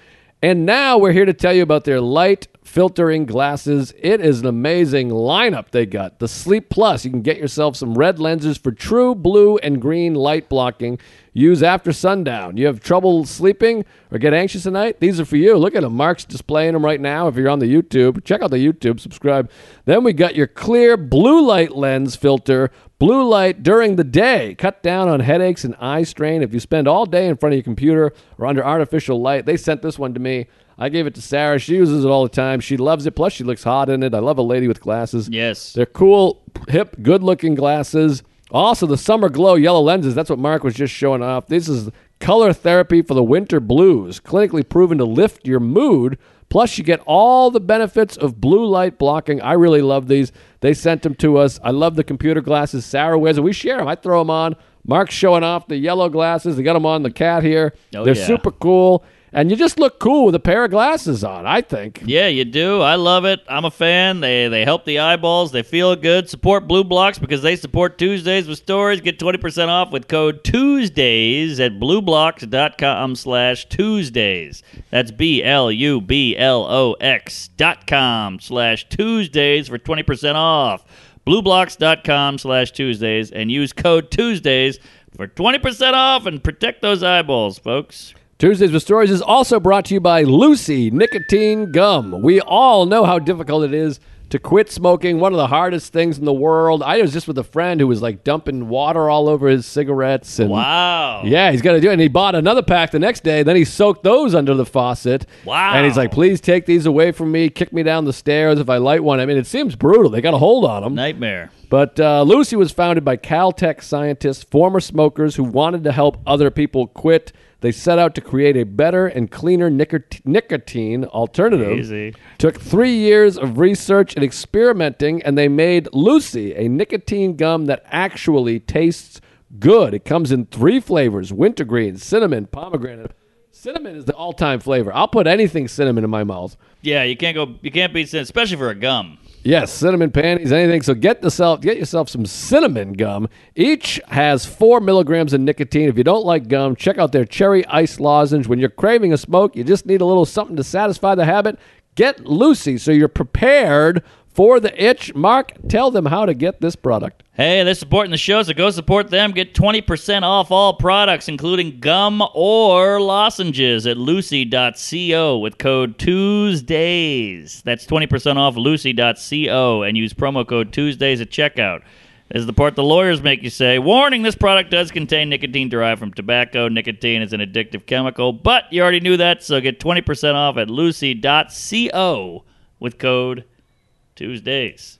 and now we're here to tell you about their light filtering glasses. It is an amazing lineup they got. The Sleep Plus, you can get yourself some red lenses for true blue and green light blocking. Use after sundown. You have trouble sleeping or get anxious at night? These are for you. Look at them. Mark's displaying them right now. If you're on the YouTube, check out the YouTube, subscribe. Then we got your clear blue light lens filter. Blue light during the day. Cut down on headaches and eye strain. If you spend all day in front of your computer or under artificial light, they sent this one to me. I gave it to Sarah. She uses it all the time. She loves it. Plus, she looks hot in it. I love a lady with glasses. Yes. They're cool, hip, good looking glasses. Also, the summer glow yellow lenses. That's what Mark was just showing off. This is color therapy for the winter blues, clinically proven to lift your mood. Plus, you get all the benefits of blue light blocking. I really love these. They sent them to us. I love the computer glasses. Sarah wears them. We share them. I throw them on. Mark's showing off the yellow glasses. They got them on the cat here. Oh, They're yeah. super cool. And you just look cool with a pair of glasses on, I think. Yeah, you do. I love it. I'm a fan. They they help the eyeballs. They feel good. Support Blue Blocks because they support Tuesdays with stories. Get 20% off with code Tuesdays at blueblocks.com slash Tuesdays. That's B-L-U-B-L-O-X dot com slash Tuesdays for 20% off. Blueblocks.com slash Tuesdays and use code Tuesdays for 20% off and protect those eyeballs, folks. Tuesdays with Stories is also brought to you by Lucy Nicotine Gum. We all know how difficult it is to quit smoking, one of the hardest things in the world. I was just with a friend who was like dumping water all over his cigarettes and Wow. yeah, he's got to do it. And he bought another pack the next day. Then he soaked those under the faucet. Wow. And he's like, please take these away from me. Kick me down the stairs if I light one. I mean, it seems brutal. They got a hold on him. Nightmare. But uh, Lucy was founded by Caltech scientists, former smokers who wanted to help other people quit. They set out to create a better and cleaner nicot- nicotine alternative. Easy. Took three years of research and experimenting, and they made Lucy, a nicotine gum that actually tastes good. It comes in three flavors wintergreen, cinnamon, pomegranate. Cinnamon is the all time flavor. I'll put anything cinnamon in my mouth. Yeah, you can't go. You can't beat cinnamon, especially for a gum. Yes, cinnamon panties, anything. So get yourself get yourself some cinnamon gum. Each has four milligrams of nicotine. If you don't like gum, check out their cherry ice lozenge. When you're craving a smoke, you just need a little something to satisfy the habit. Get Lucy so you're prepared for the itch. Mark, tell them how to get this product. Hey, they're supporting the show, so go support them. Get 20% off all products, including gum or lozenges, at lucy.co with code Tuesdays. That's 20% off lucy.co and use promo code Tuesdays at checkout. This is the part the lawyers make you say Warning, this product does contain nicotine derived from tobacco. Nicotine is an addictive chemical, but you already knew that, so get 20% off at lucy.co with code Tuesdays.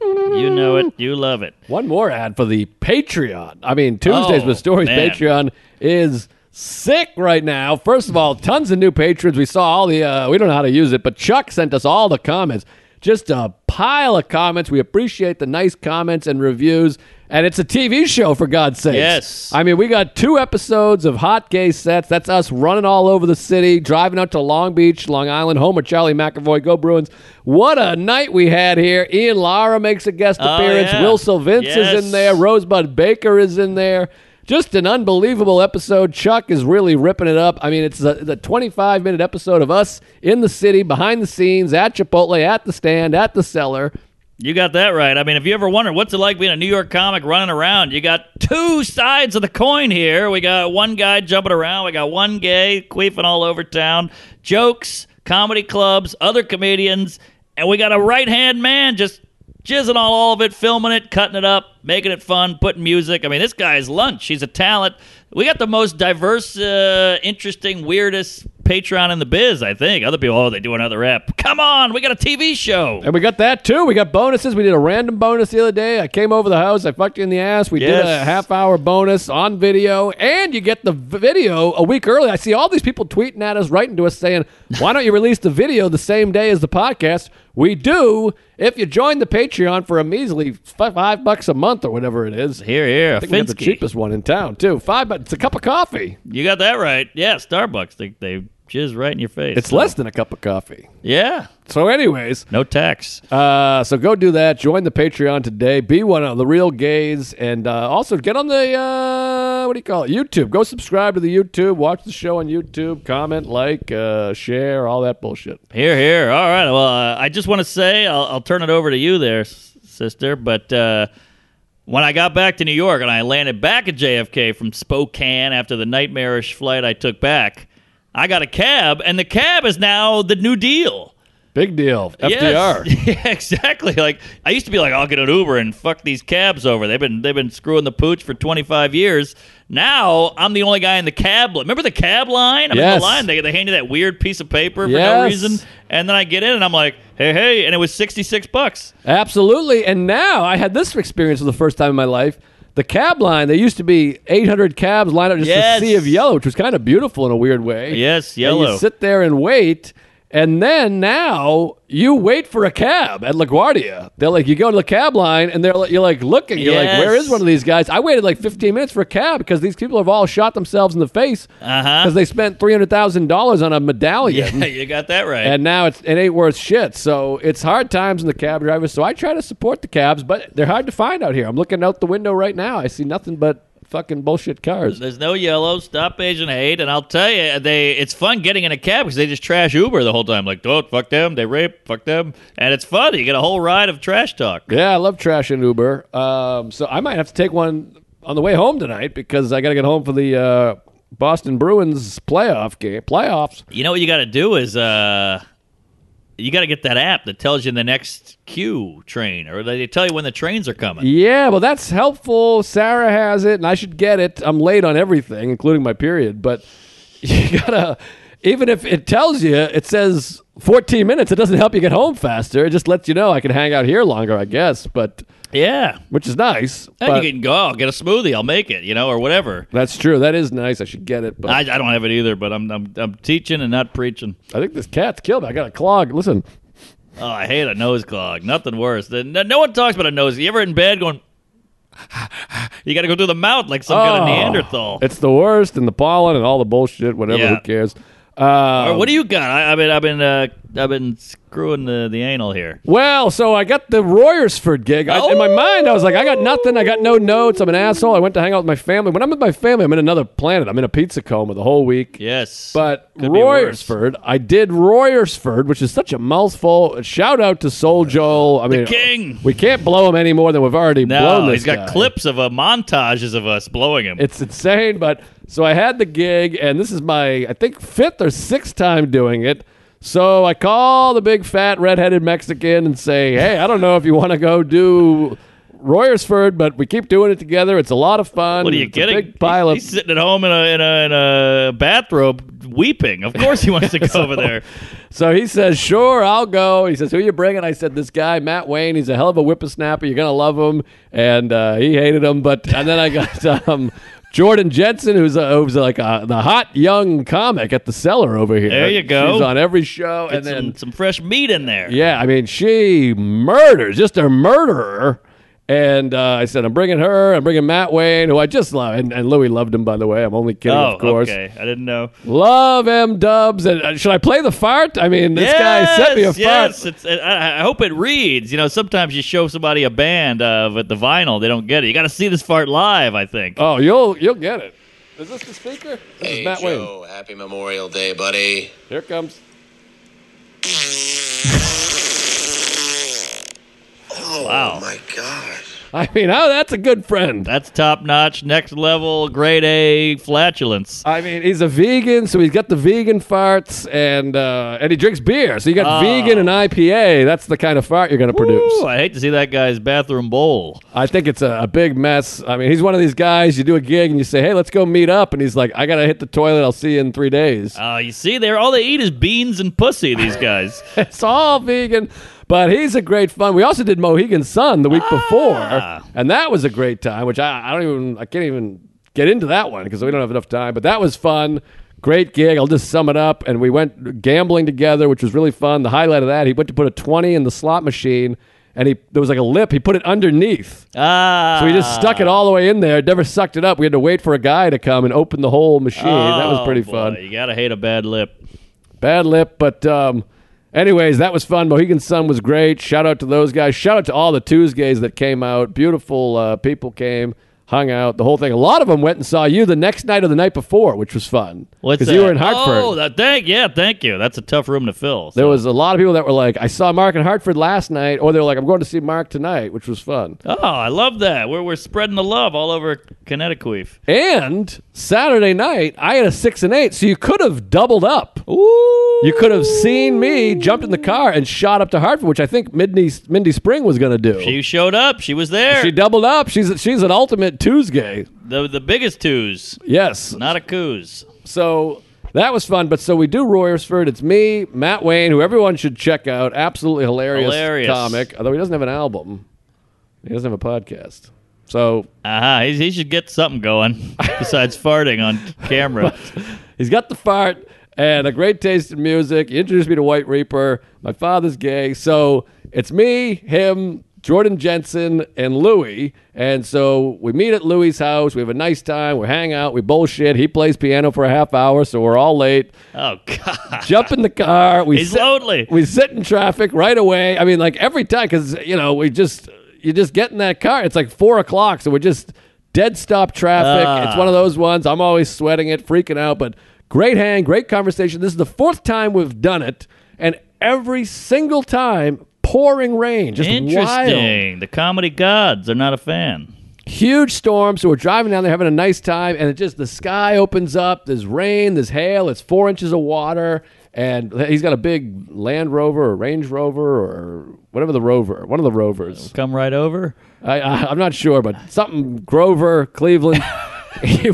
You know it. You love it. One more ad for the Patreon. I mean, Tuesdays Oh, with Stories man. Patreon is sick right now. First of all, tons of new patrons. We saw all the, uh, we don't know how to use it, but Chuck sent us all the comments. Just a pile of comments. We appreciate the nice comments and reviews. And it's a TV show, for God's sake. Yes. I mean, we got two episodes of hot gay sets. That's us running all over the city, driving out to Long Beach, Long Island, home of Charlie McAvoy. Go Bruins. What a night we had here. Ian Lara makes a guest Oh, appearance. yeah. Will Sylvince is in Yes. there. Rosebud Baker is in there. Just an unbelievable episode. Chuck is really ripping it up. I mean, it's a, the 25 minute episode of us in the city, behind the scenes, at Chipotle, at the stand, at the cellar. You got that right. I mean, if you ever wondered what's it like being a New York comic running around, you got two sides of the coin here. We got one guy jumping around, we got one gay queefing all over town, jokes, comedy clubs, other comedians, and we got a right hand man just jizzing on all of it, filming it, cutting it up, making it fun, putting music. I mean, this guy's lunch. He's a talent. We got the most diverse, uh, interesting, weirdest Patreon in the biz, I think. Other people, oh, they do another rep. Come on, we got a TV show. And we got that too. We got bonuses. We did a random bonus the other day. I came over the house. I fucked you in the ass. We did a Yes. half hour bonus on video. And you get the v- video a week early. I see all these people tweeting at us, writing to us saying, why don't you release the video the same day as the podcast? We do if you join the Patreon for a measly f- five bucks a month or whatever it is. Here, here, I think we got the Finsky. cheapest one in town too. Five bucks. It's a cup of coffee. You got that right. Yeah, Starbucks. They they jizz right in your face. It's less than a cup of coffee. Yeah, So, anyways, no tax. Uh, so go do that. Join the Patreon today. Be one of the real gays, and uh, also get on the uh, what do you call it? YouTube. Go subscribe to the YouTube. Watch the show on YouTube. Comment, like, uh, share, all that bullshit. Here, here. All right. Well, uh, I just want to say I'll, I'll turn it over to you there, s- sister. But uh, when I got back to New York and I landed back at JFK from Spokane after the nightmarish flight I took back, I got a cab, and the cab is now the New Deal. Big deal. FDR. Yes. Yeah, exactly. Like I used to be like, I'll get an Uber and fuck these cabs over. They've been they've been screwing the pooch for 25 years. Now I'm the only guy in the cab. Li- Remember the cab line? I'm in Yes. the line. They they hand you that weird piece of paper for no Yes. reason, and then I get in and I'm like, hey hey, and it was 66 bucks. Absolutely. And now I had this experience for the first time in my life. The cab line, there used to be 800 cabs lined up just Yes. a sea of yellow, which was kind of beautiful in a weird way. Yes, And yellow. you sit there and wait. And then now you wait for a cab at LaGuardia. They're like, you go to the cab line, and they're like, you're like looking. You're Yes. like, where is one of these guys? I waited like 15 minutes for a cab because these people have all shot themselves in the face because Uh-huh. they spent $300,000 on a medallion Yeah, you got that right. and now it's it ain't worth shit. So it's hard times in the cab drivers. So I try to support the cabs, but they're hard to find out here. I'm looking out the window right now. I see nothing but fucking bullshit cars. There's no yellow. Stop Asian hate. And I'll tell you, they it's fun getting in a cab because they just trash Uber the whole time. Like, don't fuck them. They rape. Fuck them. And it's fun. You get a whole ride of trash talk. Yeah, I love trash in Uber. Um, so I might have to take one on the way home tonight because I got to get home for the uh, Boston Bruins playoff game playoffs. You know what you got to do is uh, you got to get that app that tells you the next queue train, or they tell you when the trains are coming. Yeah, well, that's helpful. Sarah has it, and I should get it. I'm late on everything, including my period. But you gotta, even if it tells you, it says 14 minutes. It doesn't help you get home faster. It just lets you know I can hang out here longer, I guess. But Yeah, which is nice. and but you can go "Oh, get a smoothie. I'll make it. You know, or whatever. that's true. That is nice. I should get it. But I, I, I don't have it either, but I'm I'm, I'm teaching and not preaching. think this cat's killed me. I got a clog. Listen, Oh, I hate a nose clog. Nothing worse. than No, no one talks about a nose. You ever in bed going? you got to go through the mouth like some kind of Oh, Neanderthal. it's the worst, and the pollen, and all the bullshit. Whatever. Yeah. Who cares? Uh, Or what do you got? I, I mean, I've been uh, I've been screwing the, the anal here. Well, so I got the Royersford gig. I, In my Oh! mind, I was like, I got nothing. I got no notes. I'm an asshole. I went to hang out with my family. When I'm with my family, I'm in another planet. I'm in a pizza coma the whole week. Yes, But Could be worse. Royersford, I did Royersford, which is such a mouthful. Shout out to Soul Joel. I mean, king. We can't blow him any more than we've already blown No, this he's got guy. clips of uh, montages of us blowing him. It's insane, but so I had the gig, and this is my I think fifth or sixth time doing it. So I call the big fat redheaded Mexican and say, "Hey, I don't know if you want to go do Royersford, but we keep doing it together. It's a lot of fun. what are you It's a kidding? big pile of he's sitting at home in a, in a in a bathrobe weeping. Of course he wants to go over there. So he says, "Sure, I'll go." He says, "Who you bringing?" I said, "This guy, Matt Wayne. He's a hell of a whippersnapper. You're gonna love him." And uh, he hated him, but and then I got um, Jordan Jensen, who's a, who's like a, the hot young comic at the cellar over here. There you go. She's on every show, Get and some, then some fresh meat in there. yeah, I mean, she murders, just a murderer. And uh, I said, I'm bringing her. I'm bringing Matt Wayne, who I just love, and, and Louis loved him, by the way. I'm only kidding, Oh, of course. okay. I didn't know. Love M Dubs, and uh, should I play the fart? I mean, this guy sent me a Yes, yes. fart. It's, I, I hope it reads. You know, sometimes you show somebody a band uh, but the vinyl, they don't get it. You got to see this fart live. I think. Oh, you'll you'll get it. Is this the speaker? This Hey, is Matt Wayne. Joe, happy Memorial Day, buddy. Here it comes. Oh, Wow. my gosh. I mean, oh, that's a good friend. That's top notch, next level, grade A flatulence. I mean, he's a vegan, so he's got the vegan farts, and uh, and he drinks beer. So you got Oh. vegan and IPA. That's the kind of fart you're going to produce. Ooh, I hate to see that guy's bathroom bowl. I think it's a, a big mess. I mean, he's one of these guys. You do a gig and you say, "Hey, let's go meet up," and he's like, "I gotta hit the toilet. I'll see you in three days." Oh, you see, there all they eat is beans and pussy. These guys. it's all vegan, but he's a great fun. We also did Mohegan Sun the week Ah. before, and that was a great time. Which I, I don't even I can't even get into that one because we don't have enough time. But that was fun. Great gig. I'll just sum it up. And we went gambling together, which was really fun. The highlight of that, he went to put a twenty in the slot machine, and he there was like a lip. He put it underneath. Ah, So we just stuck it all the way in there. Never sucked it up. We had to wait for a guy to come and open the whole machine. that was Oh, pretty boy, fun. You gotta hate a bad lip. Bad lip, but um, anyways, that was fun. Mohegan Sun was great. Shout out to those guys. Shout out to all the Tuesdays that came out. Beautiful uh, people came, hung out, the whole thing. A lot of them went and saw you the next night or the night before, which was fun. What's you that? were in Hartford. Oh, that, thank yeah, thank you. That's a tough room to fill. so- there was a lot of people that were like, I saw Mark in Hartford last night, or they were like, I'm going to see Mark tonight, which was fun. oh, I love that. We're we're spreading the love all over Connecticut. And Saturday night, I had a six and eight, so you could have doubled up. Ooh, You could have seen me jumped in the car and shot up to Hartford, which I think Mindy, Mindy Spring was going to do. She showed up. She was there. She doubled up. She's she's an ultimate Tuesday. the the biggest twos, Yes. not a coos. So that was fun. But so we do Royersford. It's me, Matt Wayne, who everyone should check out. Absolutely hilarious, Hilarious. comic. Although he doesn't have an album, he doesn't have a podcast. So Aha, uh-huh. he, he should get something going besides farting on camera. he's got the fart and a great taste in music. He introduced me to White Reaper. My father's gay. So it's me, him, Jordan Jensen, and Louis. And so we meet at Louis' house. We have a nice time. We hang out. We bullshit. He plays piano for a half hour, so we're all late. Oh God, jump in the car. We He's sit, lonely. We sit in traffic right away. I mean, like every time, because you know we just you just get in that car. It's like four o'clock, so we're just dead stop traffic. Ah. It's one of those ones. I'm always sweating it, freaking out, but great hang, great conversation. This is the fourth time we've done it, and every single time. Pouring rain, just wild interesting. The comedy gods are not a fan. huge storm. So we're driving down there, having a nice time, and it just the sky opens up. There's rain, there's hail. It's four inches of water, and he's got a big Land Rover or Range Rover or whatever the Rover, one of the Rovers. Come right over. I, I, I'm not sure, but something Grover Cleveland.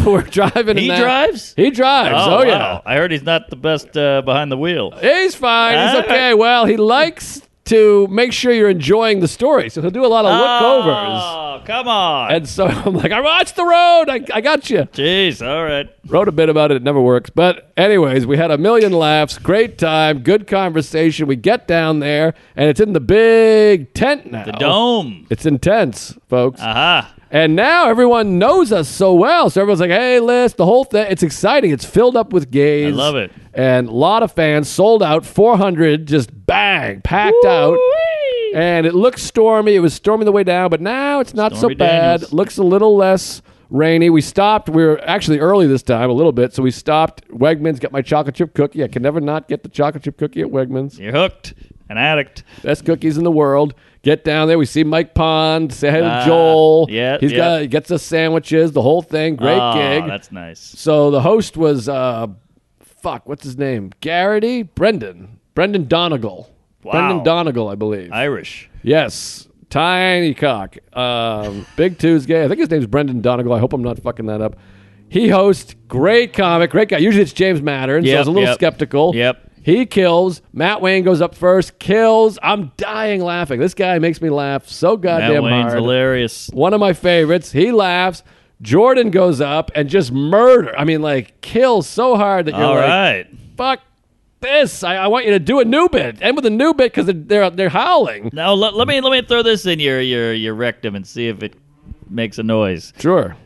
we're driving. in He that- drives? He drives. Oh, yeah. wow. I heard he's not the best uh, behind the wheel. He's fine. All He's okay. Well, he likes to make sure you're enjoying the story, so he'll do a lot of lookovers. Oh, come on. And so I'm like, I watched the road. I, I got you. Jeez, all right. wrote a bit about it. It never works. But, anyways, we had a million laughs. Great time. Good conversation. We get down there, and it's in the big tent now. The Dome. It's intense, folks. Aha. and now everyone knows us so well. So everyone's like, hey, Liz, the whole thing. It's exciting. It's filled up with gays. I love it. And a lot of fans sold out. 400 just bang, packed out. And it looked stormy. It was stormy the way down, but now it's not Stormy so bad. Daniels. Looks a little less rainy. We stopped. We were actually early this time, a little bit. So we stopped. Wegmans got my chocolate chip cookie. I can never not get the chocolate chip cookie at Wegmans. You're hooked. An addict. Best cookies in the world. Get down there. We see Mike Pond. Say hi to Ah, Joel. yeah, he's yeah. got he gets us sandwiches. The whole thing. Great oh, gig. That's nice. So the host was uh, fuck, what's his name? Garrity Brendan. Brendan Donegal. Wow. Brendan Donegal, I believe. Irish. yes. Tiny cock. Um, Big Tuesday. I think his name's Brendan Donegal. I hope I'm not fucking that up. He hosts great comic, great guy. Usually it's James Mattern, so I Yep, was a little yep. skeptical. Yep. He kills. Matt Wayne goes up first, kills. I'm dying laughing. This guy makes me laugh so Matt goddamn Wayne's hard hilarious. one of my favorites. He laughs. Jordan goes up and just murder. I mean, like kills so hard that you're All like, right. "Fuck this! I, I want you to do a new bit. End with a new bit because they're, they're they're howling." Now let, let me let me throw this in your your your rectum and see if it makes a noise. Sure.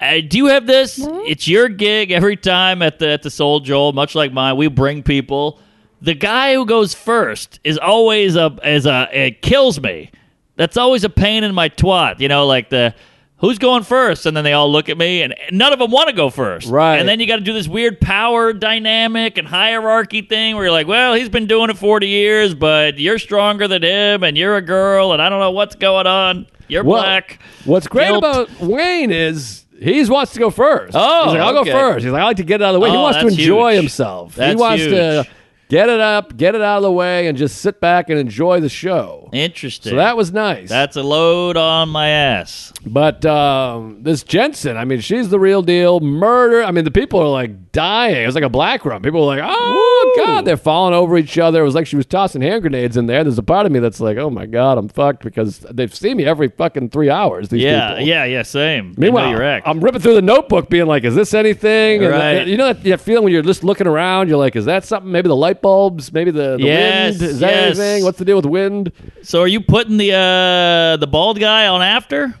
Uh, do you have this? It's your gig every time at the at the Soul Joel, much like mine. We bring people. The guy who goes first is always a is a it kills me. That's always a pain in my twat. You know, like the who's going first, and then they all look at me, and none of them want to go first. Right. And then you got to do this weird power dynamic and hierarchy thing where you're like, well, he's been doing it 40 years, but you're stronger than him, and you're a girl, and I don't know what's going on. You're Well, black. What's great Guilt. about Wayne is he wants to go first. Oh, He's like, I'll okay. go first. He's like, I like to get it out of the way. he Oh, wants to that's enjoy huge. himself. he That's wants to huge. get it up, get it out of the way, and just sit back and enjoy the show. Interesting. So that was nice. That's a load on my ass. But um, this Jensen, I mean, she's the real deal. Murder. I mean, the people are like dying. It was like a black run. People were like, oh, God, they're falling over each other. It was like she was tossing hand grenades in there. There's a part of me that's like, oh, my God, I'm fucked because they've seen me every fucking three hours, these Yeah, people. yeah, yeah. Same. They know Meanwhile, your act. I'm ripping through the notebook, being like, "Is this anything?" And, uh, Right. you know that, that feeling when you're just looking around, you're like, "Is that something? Maybe the light bulbs, maybe the, the Yes, wind. Is that yes. anything? What's the deal with wind?" so, are you putting the uh the bald guy on after?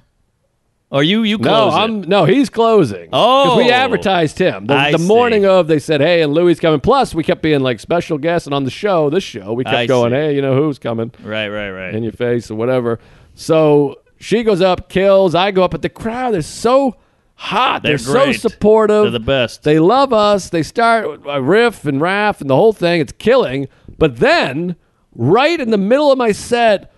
Or you you No, close it? I'm no. He's closing. Oh. 'Cause we advertised him the, I the morning see. of. They said, "Hey, and Louis coming." Plus, we kept being like special guests, and on the show, this show, we kept I going, see. "Hey, you know who's coming Right, right, right. in your face or whatever." So she goes up, kills. I go up, but the crowd is so hot. They're, They're so great. supportive. They're the best. They love us. They start a riff and raff and the whole thing. It's killing. But then, right in the middle of my set,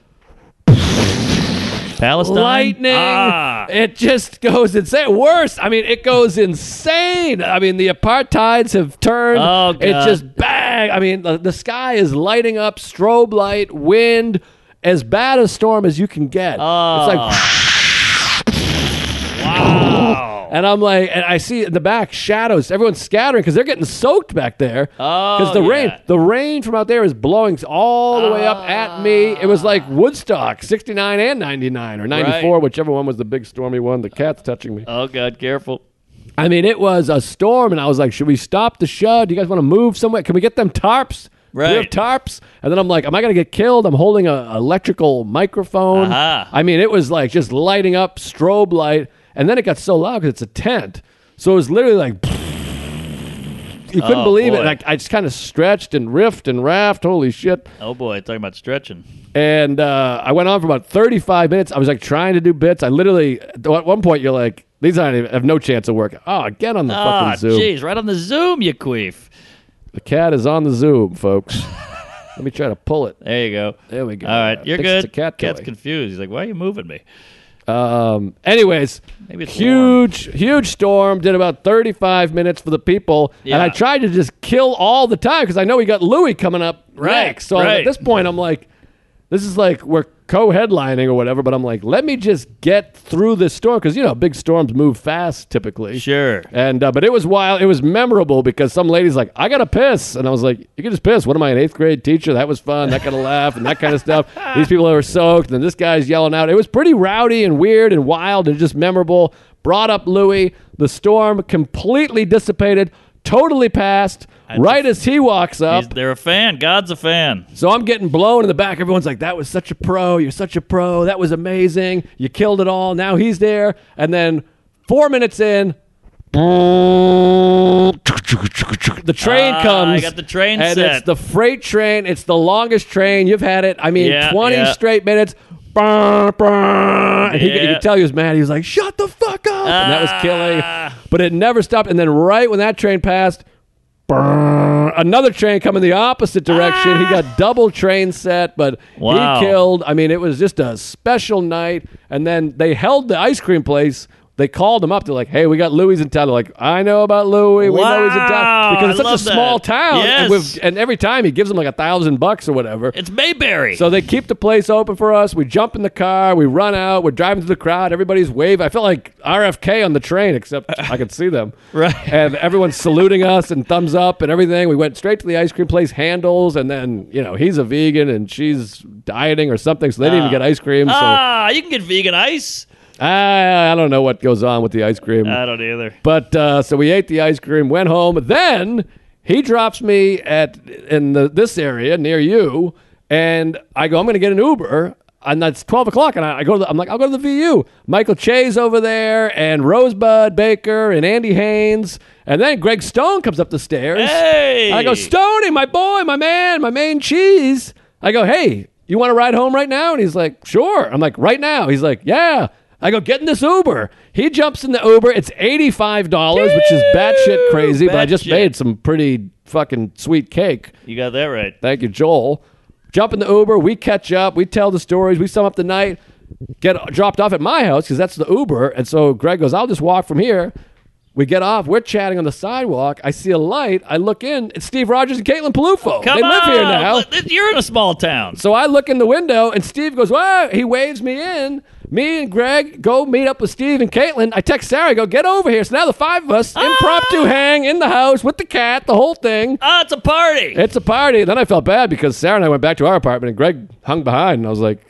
Palestine? lightning. Ah. It just goes insane. Worse, I mean, it goes insane. I mean, the apartheids have turned. Oh, It God. just bang. I mean, the, the sky is lighting up. Strobe light, wind, as bad a storm as you can get. Oh. It's like. Wow. And I'm like, and I see in the back shadows. Everyone's scattering because they're getting soaked back there. Oh, the yeah. rain, the rain from out there is blowing all the way up at me. It was like Woodstock, '69 and '99 or '94, Right. whichever one was the big stormy one. The cat's touching me. Oh God, careful. I mean, it was a storm, and I was like, should we stop the show? Do you guys want to move somewhere? Can we get them tarps? Do We have Right. tarps. And then I'm like, am I going to get killed? I'm holding an electrical microphone. Uh-huh. I mean, it was like just lighting up strobe light. And then it got so loud because it's a tent. So it was literally like, you couldn't Oh, believe it. boy. And I, I just kind of stretched and riffed and raft. Holy shit. Oh boy, talking about stretching. And uh, I went on for about 35 minutes. I was like trying to do bits. I literally, at one point, you're like, these aren't even, have no chance of working. Oh, get on the Ah, fucking Zoom. jeez, right on the Zoom, you queef. The cat is on the Zoom, folks. Let me try to pull it. There you go. There we go. All right, you're Fix good. the cat Cat's toy. confused. He's like, "Why are you moving me?" Um, anyways, Maybe it's huge, huge storm. Did about 35 minutes for the people. And Yeah. I tried to just kill all the time because I know we got Louis coming up Right, next. So right. at this point, I'm like, this is like we're co headlining or whatever, but I'm like, let me just get through this storm because, you know, big storms move fast typically. Sure. And uh, but it was wild. It was memorable because some lady's like, "I gotta piss," and I was like, "You can just piss." What am I, an eighth grade teacher? That was fun. That kind of laugh and that kind of stuff. These people are soaked, and this guy's yelling out. It was pretty rowdy and weird and wild and just memorable. Brought up Louis. The storm completely dissipated, totally passed. Right as he walks up, He's, they're a fan. God's a fan. so I'm getting blown in the back. Everyone's like, that was such a pro. You're such a pro. That was amazing. You killed it all. Now he's there. And then four minutes in, the train Ah, comes. I got the train and set. It's the freight train. It's the longest train. You've had it. I mean, Yeah, 20 yeah. straight minutes. And he, you Yeah. could tell he was mad. He was like, shut the fuck up. And that was Ah. killing. But it never stopped. And then right when that train passed, another train coming the opposite direction. He got double train set, but Wow. he killed. I mean, it was just a special night. And then they held the ice cream place. They called him up. They're like, "Hey, we got Louis in town." They're like, "I know about Louis. We know he's in Wow, town because it's I such a love small that. town." Yes. And, we've- and every time he gives them like a thousand bucks or whatever. It's Mayberry. So they keep the place open for us. We jump in the car. We run out. We're driving through the crowd. Everybody's waving. I felt like RFK on the train, except I could see them. Right. And everyone's saluting us and thumbs up and everything. We went straight to the ice cream place, handles, and then, you know, he's a vegan and she's dieting or something, so they didn't even get ice cream. So ah, you can get vegan ice. I, I don't know what goes on with the ice cream. I don't either. But uh, so we ate the ice cream, went home. Then he drops me at in the, this area near you, and I go, I'm going to get an Uber. And that's 12 o'clock. And I, I go to the, I'm like, I'll go to the VU. Michael Che's over there, and Rosebud Baker, and Andy Haynes. And then Greg Stone comes up the stairs. Hey, I go, Stoney, my boy, my man, my main cheese. I go, hey, you want to ride home right now? And he's like, sure. I'm like, right now. He's like, yeah. I go, get in this Uber. He jumps in the Uber. It's $85, which is batshit crazy, but I just Batshit. made some pretty fucking sweet cake. You got that right. Thank you, Joel. Jump in the Uber. We catch up. We tell the stories. We sum up the night. Get dropped off at my house because that's the Uber. And so Greg goes, I'll just walk from here. We get off. We're chatting on the sidewalk. I see a light. I look in. It's Steve Rogers and Caitlin Palufo. Come they live on, here now. Let- You're in a small town. So I look in the window and Steve goes, Wow, he waves me in. Me and Greg go meet up with Steve and Caitlin. I text Sarah, I go, get over here. So now the five of us, impromptu hang in the house with the cat, the whole thing. Ah, it's a party. It's a party. Then I felt bad because Sarah and I went back to our apartment, and Greg hung behind, and I was like,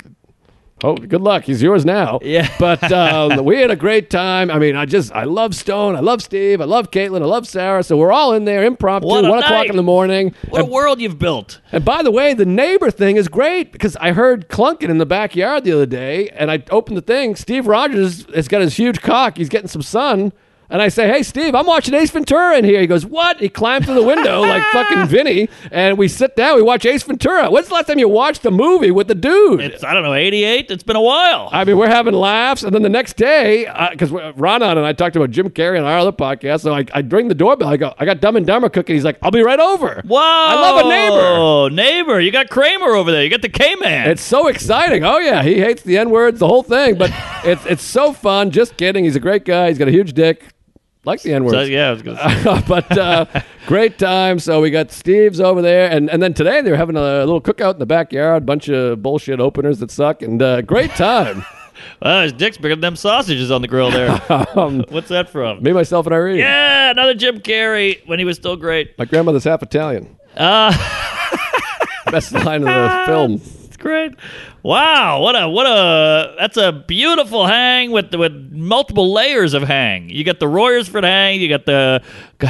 "Oh, good luck. He's yours now." Yeah. But um, we had a great time. I mean, I just I love Stone. I love Steve. I love Caitlin. I love Sarah. So we're all in there impromptu, What a one o'clock night. in the morning. what a and, world you've built. and by the way, the neighbor thing is great because I heard clunking in the backyard the other day, and I opened the thing. Steve Rogers has got his huge cock. He's getting some sun. And I say, hey, Steve, I'm watching Ace Ventura in here. He goes, what? He climbs through the window like fucking Vinny. And we sit down, we watch Ace Ventura. When's the last time you watched a movie with the dude? It's I don't know, 88. It's been a while. I mean, we're having laughs, and then the next day, uh, because Ronan and I talked about Jim Carrey on our other podcast, so I, I ring the doorbell. I go, I got Dumb and Dumber cooking. He's like, I'll be right over. Whoa! I love a neighbor. Neighbor, you got Kramer over there. You got the K man. It's so exciting. Oh yeah, he hates the N words, the whole thing, but it's it's so fun. Just kidding. He's a great guy. He's got a huge dick. Like the N words. yeah, I was gonna say. but uh, great time. So we got Steve's over there, and, and then today they were having a little cookout in the backyard, bunch of bullshit openers that suck, and uh, great time. Well, uh, his dick's bigger than them sausages on the grill there. Um, What's that from? Me, myself, and Irene. Yeah, another Jim Carrey when he was still great. My grandmother's half Italian. Uh. Best line of the film. It's great. Wow, what a what a that's a beautiful hang with with multiple layers of hang. You got the Royersford hang, you got the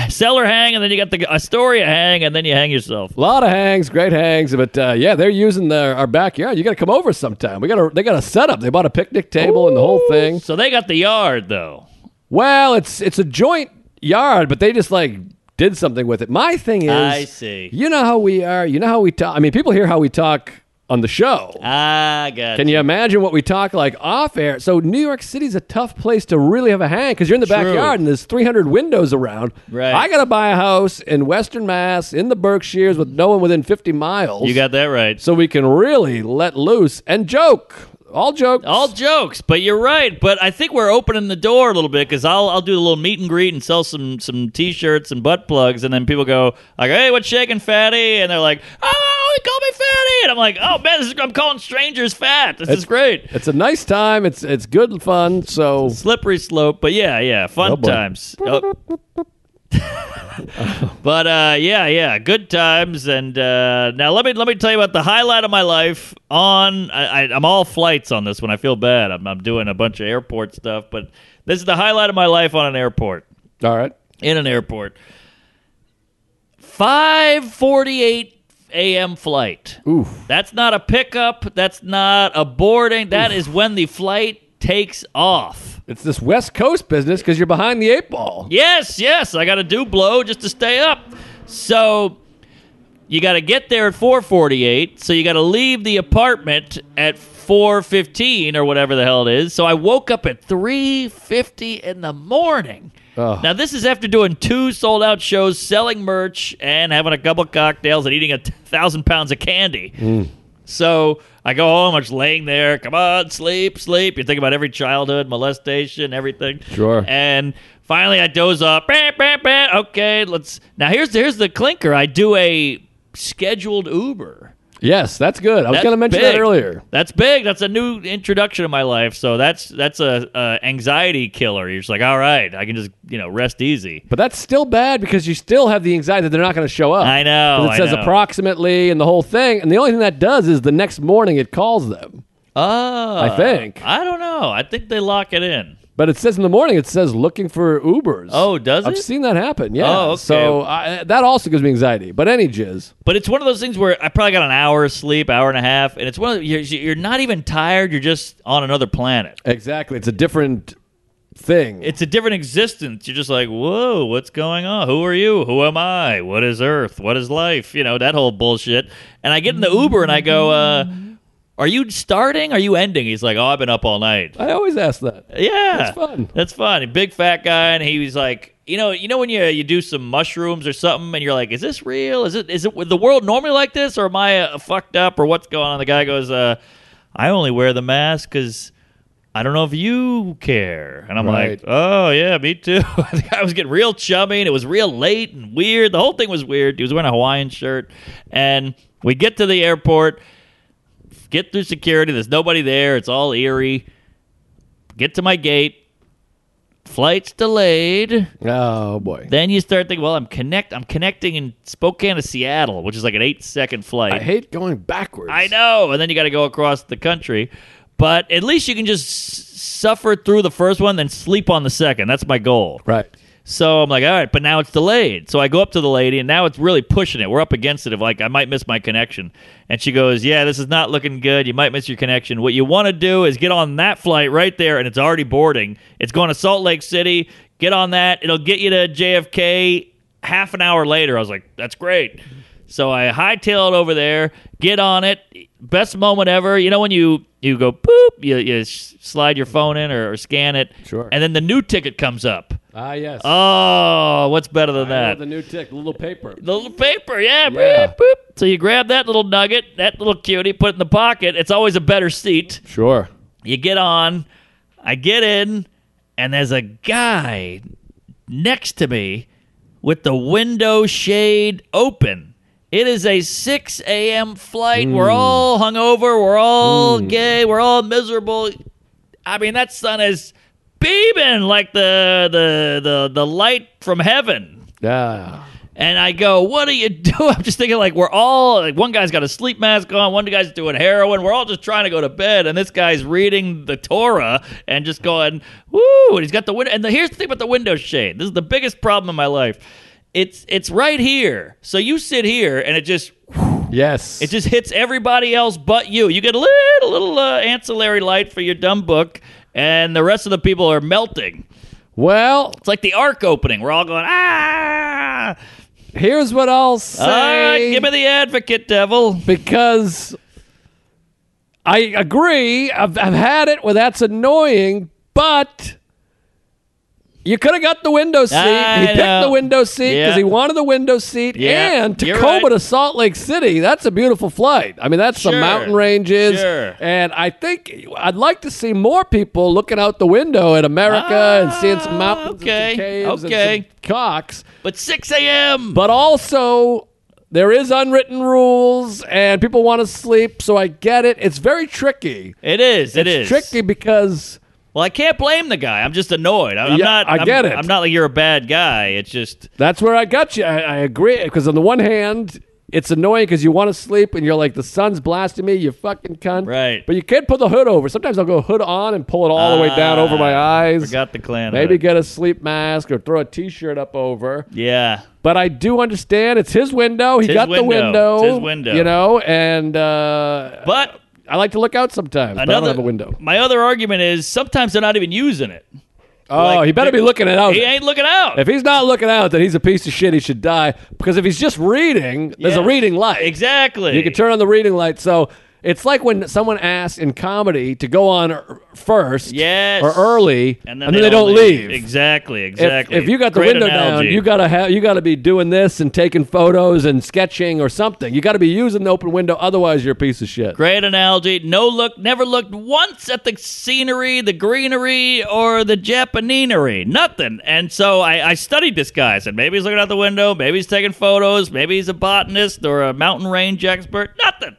cellar hang, and then you got the Astoria hang, and then you hang yourself. A lot of hangs, great hangs, but uh, yeah, they're using their, our backyard. You got to come over sometime. We got to. They got a setup. They bought a picnic table and the whole thing. So they got the yard though. Well, it's it's a joint yard, but they just like did something with it. My thing is, I see. You know how we are. You know how we talk. I mean, people hear how we talk on the show. Ah. I got Can you imagine what we talk like off air? So New York City's a tough place to really have a hang because you're in the backyard and there's 300 windows around. Right. I gotta buy a house in Western Mass in the Berkshires with no one within 50 miles. You got that right. so we can really let loose and joke. All jokes. All jokes, but you're right. But I think we're opening the door a little bit because I'll I'll do a little meet and greet and sell some some t-shirts and butt plugs, and then people go like, "Hey, what's shaking, fatty?" And they're like, "Oh, he called me fatty," and I'm like, "Oh man, this is, I'm calling strangers fat. This is great." It's a nice time. It's it's good fun. So Slippery slope, but yeah, yeah, fun Oh, boy. times. Oh. but uh, yeah, yeah, good times. And uh, now let me let me tell you about the highlight of my life. On I, I, I'm all flights on this one. I feel bad. I'm, I'm doing a bunch of airport stuff, but this is the highlight of my life on an airport all right. in an airport. Five forty-eight a.m. flight. Oof. That's not a pickup. That's not a boarding. That is when the flight takes off. It's this West Coast business because you're behind the eight ball. Yes, yes, I got to do blow just to stay up. So you got to get there at 4:48. So you got to leave the apartment at 4:15 or whatever the hell it is. So I woke up at 3:50 in the morning. Ugh. Now this is after doing two sold out shows, selling merch, and having a couple cocktails and eating a thousand pounds of candy. Mm. So I go home. I'm just laying there. Come on, sleep, sleep. You think about every childhood molestation, everything. Sure. And finally, I doze off. Bah, bah, bah. Okay, let's. Now here's here's the clinker. I do a scheduled Uber. Yes, that's good. I was That's going to mention that big. earlier. That's big. That's a new introduction of my life. So that's that's a, a anxiety killer. You're just like, all right, I can just you know rest easy. But that's still bad because you still have the anxiety that they're not going to show up. I know, 'Cause It I says know. approximately and the whole thing. And the only thing that does is the next morning it calls them. Oh, I think. I don't know. I think they lock it in. But it says in the morning it says looking for Ubers. Oh, does I've it? seen that happen. Yeah. Oh, okay. So I, that also gives me anxiety. But any jizz. But it's one of those things where I probably got an hour of sleep, hour and a half, and it's one of the, you're, you're not even tired. You're just on another planet. Exactly. It's a different thing. It's a different existence. You're just like, whoa, what's going on? Who are you? Who am I? What is Earth? What is life? You know that whole bullshit. And I get in the Uber and I go, uh, "Are you starting? Are you ending?" He's like, "Oh, I've been up all night." I always ask that. Yeah, That's fun. That's fun. A big fat guy, and he was like, you know, you know when you you do some mushrooms or something, and you're like, is this real? Is it is it the world normally like this, or am I uh, fucked up, or what's going on? The guy goes, uh, I only wear the mask because. I don't know if you care. And I'm Right. like, oh, yeah, me too. the guy was getting real chummy and it was real late and weird. The whole thing was weird. He was wearing a Hawaiian shirt. And we get to the airport, get through security. There's nobody there. It's all eerie get to my gate. Flight's delayed. Oh, boy. Then you start thinking, well, I'm connect. I'm connecting in Spokane to Seattle, which is like an eight second flight. I hate going backwards. I know. And then you got to go across the country. But at least you can just s- suffer through the first one, then sleep on the second. That's my goal. Right. So I'm like, all right, but now it's delayed. So I go up to the lady, and now it's really pushing it. We're up against it. Of like, I might miss my connection. And she goes, yeah, this is not looking good. You might miss your connection. What you want to do is get on that flight right there, and it's already boarding. It's going to Salt Lake City. Get on that. It'll get you to JFK half an hour later. I was like, that's great. So I hightailed over there, get on it. Best moment ever. You know when you you go boop, you, you s- slide your phone in or, or scan it, Sure. and then the new ticket comes up. Ah, yes. Oh, what's better than I know that? the new tick, the little paper. The little paper, yeah. Yeah. Boop, boop. So you grab that little nugget, that little cutie, put it in the pocket. It's always a better seat. Sure. You get on, I get in, and there's a guy next to me with the window shade open. It is a 6 a.m. flight. We're all hungover. We're all gay. We're all miserable. I mean, that sun is beaming like the the the, the light from heaven. Yeah. And I go, what are you doing? I'm just thinking like we're all like one guy's got a sleep mask on, one guy's doing heroin. We're all just trying to go to bed, and this guy's reading the Torah and just going, woo! And he's got the window. And the, here's the thing about the window shade. This is the biggest problem in my life. It's it's right here. So you sit here, and it just Yes. it just hits everybody else but you. You get a little little uh, ancillary light for your dumb book, and the rest of the people are melting. well, It's like the arc opening. We're all going ah. here's what I'll All right, say. give me the advocate, devil. because I agree. I've, I've had it where that's annoying, but you could have got the window seat. I he picked know. the window seat because Yeah. he wanted the window seat. Yeah, And you're Tacoma right. to Salt Lake City, that's a beautiful flight. I mean, that's some Sure, mountain ranges. sure. And I think I'd like to see more people looking out the window at America and seeing some Ah, mountains okay, and some caves okay. and some cocks. But 6 a.m. But also, there is unwritten rules, and people want to sleep, so I get it. It's very tricky. It is. It it's is. tricky because Well, I can't blame the guy. I'm just annoyed. I- I'm Yeah, not. I I'm- get it. I'm not like you're a bad guy. It's just that's where I got you. I, I agree because on the one hand. It's annoying because you want to sleep and you're like the sun's blasting me, you fucking cunt. Right. But you can't put the hood over. Sometimes I'll go hood on and pull it all the way down Ah, over my eyes. forgot the clan. Maybe hood. get a sleep mask or throw a t-shirt up over. Yeah. But I do understand it's his window. He his got the window. window. It's his window. You know, and uh, But I like to look out sometimes. but I don't another have a window. My other argument is sometimes they're not even using it. Oh, Like, he better they- be looking it out. He ain't looking out. If he's not looking out, then he's a piece of shit. He should die. Because if he's just reading, there's a Yeah. reading light. exactly. You can turn on the reading light. So it's like when someone asks in comedy to go on er- first Yes. or early, and then, they, don't leave. Exactly. If- Exactly. If, you got the Great window analogy. down, you gotta have you gotta be doing this and taking photos and sketching or something. You gotta be using the open window, otherwise you're a piece of shit. Great analogy. No look, never looked once at the scenery, the greenery, or the Japaninery. Nothing. And so I, I studied this guy. I said, maybe he's looking out the window, maybe he's taking photos, maybe he's a botanist or a mountain range expert. Nothing.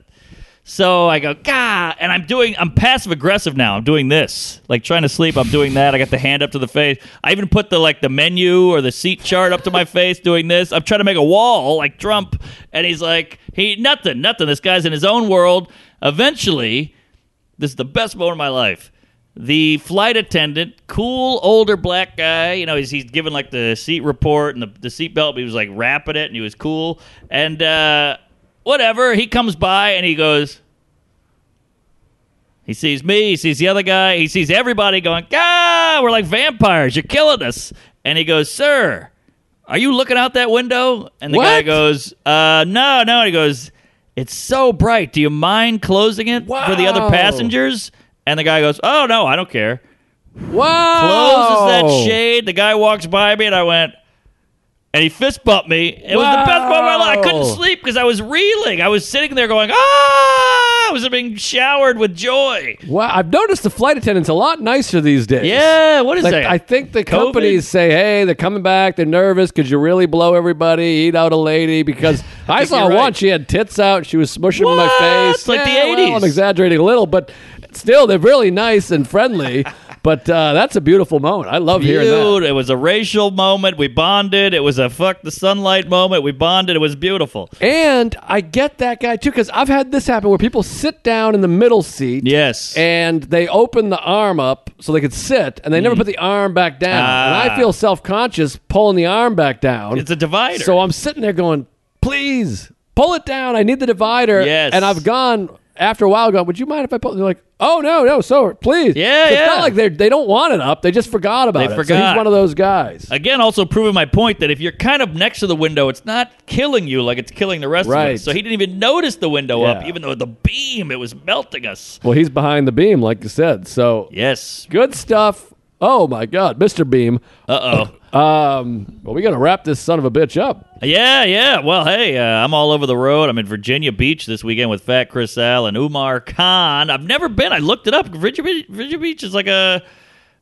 So I go, God, and I'm doing, I'm passive aggressive now. I'm doing this, like trying to sleep. I'm doing that. I got the hand up to the face. I even put the like the menu or the seat chart up to my face, doing this. I'm trying to make a wall like Trump, and he's like, he nothing, nothing. This guy's in his own world. Eventually, this is the best moment of my life. The flight attendant, cool older black guy, you know, he's, he's given like the seat report and the, the seat belt, but he was like wrapping it and he was cool. And uh, whatever, he comes by and he goes, he sees me, he sees the other guy, he sees everybody going, ah, we're like vampires, you're killing us. And he goes, sir, are you looking out that window? And the guy What? goes, uh, no, no. And he goes, it's so bright. Do you mind closing it for the other Wow. passengers? And the guy goes, oh, no, I don't care. Wow. Closes that shade. The guy walks by me and I went, and he fist bumped me. It was the best moment of my life. I couldn't Wow. sleep because I was reeling. I was sitting there going, ah, I was being showered with joy. Wow. I've noticed the flight attendants a lot nicer these days. Yeah, what is Like, that? I think the COVID? companies say, "Hey, they're coming back. They're nervous. Could you really blow everybody? Eat out a lady?" Because I, think saw you're right. one. She had tits out. She was smushing my What? face. It's like the Yeah, well, 80s. I'm exaggerating a little, but still, they're really nice and friendly. but uh, that's a beautiful moment. I love hearing Dude, that. it was a racial moment. We bonded. It was a fuck the sunlight moment. We bonded. It was beautiful. And I get that guy too, because I've had this happen where people sit down in the middle seat. Yes. and they open the arm up so they could sit, and they never put the arm back down. And Mm. Ah. I feel self conscious pulling the arm back down. It's a divider. So I'm sitting there going, please pull it down. I need the divider. Yes. And I've gone after a while going, would you mind if I post? They're like, oh no, no, so please. Yeah, So It's not yeah. like they they don't want it up. They just forgot about They it. So forgot. he's one of those guys. Again, also proving my point that if you're kind of next to the window, it's not killing you like it's killing the rest of Right. us. So he didn't even notice the window up, Yeah. even though the beam, it was melting us. well, he's behind the beam, like you said. So Yes. good stuff. Oh my God, Mr. Beam. Uh oh. Um, well, we got to wrap this son of a bitch up. Yeah, yeah. Well, hey, uh, I'm all over the road. I'm in Virginia Beach this weekend with Fat Chris Al and Umar Khan. I've never been. I looked it up. Virginia Beach, Virginia Beach is like a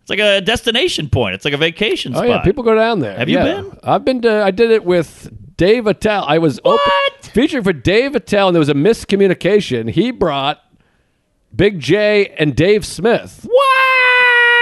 it's like a destination point. It's like a vacation Oh spot. yeah, people go down there. Have you Yeah. been? I've been to. I did it with Dave Attell. I was what? What? featured for Dave Attell, and there was a miscommunication. He brought Big J and Dave Smith. What?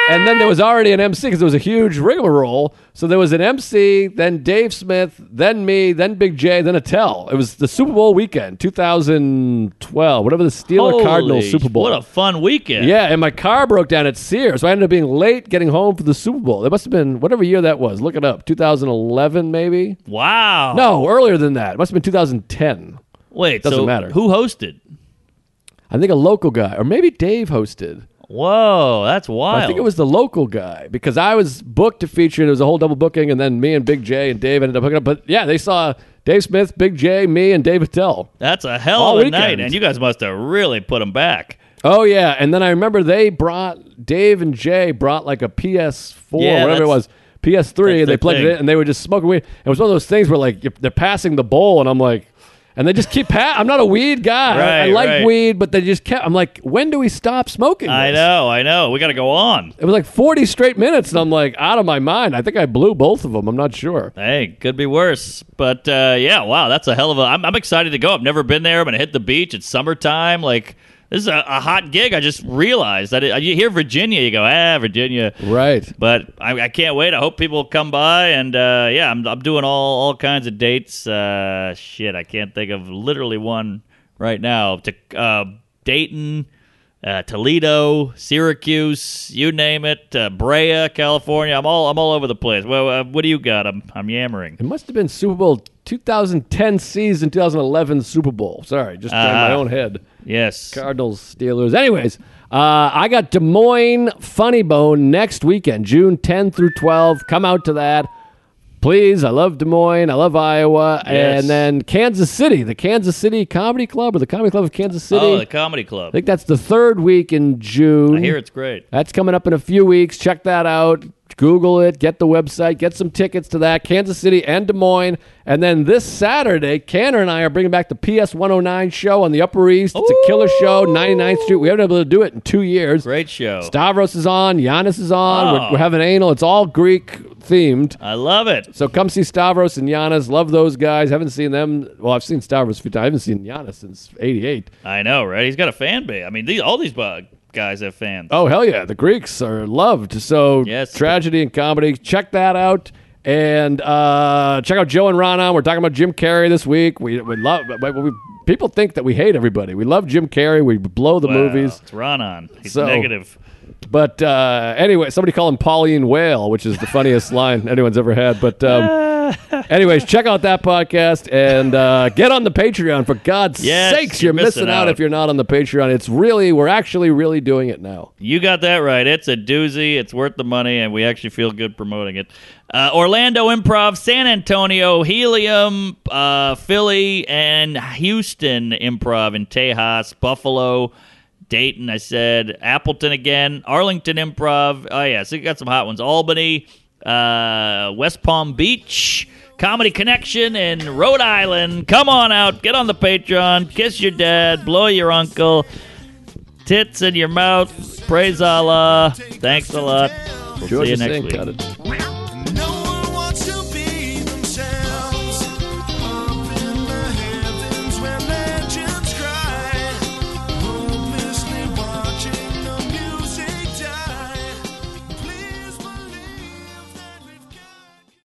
And then there was already an MC because there was a huge rigmarole. So there was an MC, then Dave Smith, then me, then Big J, then Attell. It was the Super Bowl weekend, 2012, whatever the Steeler Holy- Cardinals Super Bowl. What a fun weekend. yeah, and my car broke down at Sears, so I ended up being late getting home for the Super Bowl. It must have been whatever year that was. Look it up, 2011 maybe. Wow. No, earlier than that. It must have been 2010. Wait. Doesn't so matter. Who hosted? I think a local guy, or maybe Dave hosted. Whoa, that's wild. I think it was the local guy because I was booked to feature. and It was a whole double booking, and then me and Big J and Dave ended up hooking up. But yeah, they saw Dave Smith, Big J, me, and Dave Attell. That's a hell All of a weekend. night, and you guys must have really put them back. Oh yeah, and then I remember they brought Dave and Jay brought like a PS4, Yeah, whatever it that's- was, PS3, that's and they their plugged thing. it in, and they were just smoking weed. It was one of those things where like if they're passing the bowl, and I'm like. And they just keep. Pa- I'm not a weed guy. I- I, Right, like right. weed, but they just kept. I'm like, when do we stop smoking? I this? know, I know. We got to go on. It was like 40 straight minutes, and I'm like, out of my mind. I think I blew both of them. I'm not sure. Hey, could be worse. But uh, yeah, wow, that's a hell of a. I'm, I'm excited to go. I've never been there. I'm gonna hit the beach. It's summertime. Like this is a, a hot gig. I just realized that it, you hear Virginia, you go ah Virginia, Right. but I, I can't wait. I hope people come by and uh, yeah, I'm, I'm doing all all kinds of dates. Uh, shit, I can't think of literally one right now. To uh, Dayton, uh, Toledo, Syracuse, you name it, uh, Brea, California. I'm all I'm all over the place. Well, uh, what do you got? I'm I'm yammering. It must have been Super Bowl 2010 season, 2011 Super Bowl. Sorry, just in my Ah. own head. Yes. Cardinals, Steelers. Anyways, uh, I got Des Moines Funny Bone next weekend, June 10 through 12. Come out to that. Please, I love Des Moines. I love Iowa. Yes. And then Kansas City, the Kansas City Comedy Club or the Comedy Club of Kansas City. Oh, the I comedy club. think that's the third week in June. I hear it's great. That's coming up in a few weeks. Check that out. Google it. Get the website. Get some tickets to that. Kansas City and Des Moines. And then this Saturday, Canner and I are bringing back the PS 109 show on the Upper East. It's a killer show, 99th Street. We haven't been able to do it in two years. Great show. Stavros is on. Giannis is on. Oh. We're, we're having anal. It's all Greek themed. I love it. So come see Stavros and Giannis. Love those guys. Haven't seen them. Well, I've seen Stavros a few times. I haven't seen Giannis since 88. I know, right? He's got a fan base. I mean, these, all these uh, guys have fans. Oh hell yeah, the Greeks are loved. So Yes. tragedy and comedy. Check that out. And uh, check out Joe and Ron on. We're talking about Jim Carrey this week. We, we love we, we, people think that we hate everybody. We love Jim Carrey. We blow the Wow, movies. It's Ronan. He's So- negative. But uh, anyway, somebody call him Pauline Whale, which is the funniest line anyone's ever had. But um, anyways, check out that podcast and uh, get on the Patreon for God's Yes, sakes. You're, you're missing missing out out. if you're not on the Patreon. It's really we're actually really doing it now. You got that right. It's a doozy. It's worth the money, and we actually feel good promoting it. Uh, Orlando Improv, San Antonio, Helium, uh, Philly, and Houston Improv in Tejas, Buffalo, Dayton, I said, Appleton again, Arlington Improv. Oh, yeah, so you got some hot ones. Albany, uh, West Palm Beach. Comedy Connection in Rhode Island. Come on out. Get on the Patreon. Kiss your dad. Blow your uncle tits in your mouth. Praise Allah. Thanks a lot. We'll see Georgia you next Singh week. got it. Wow.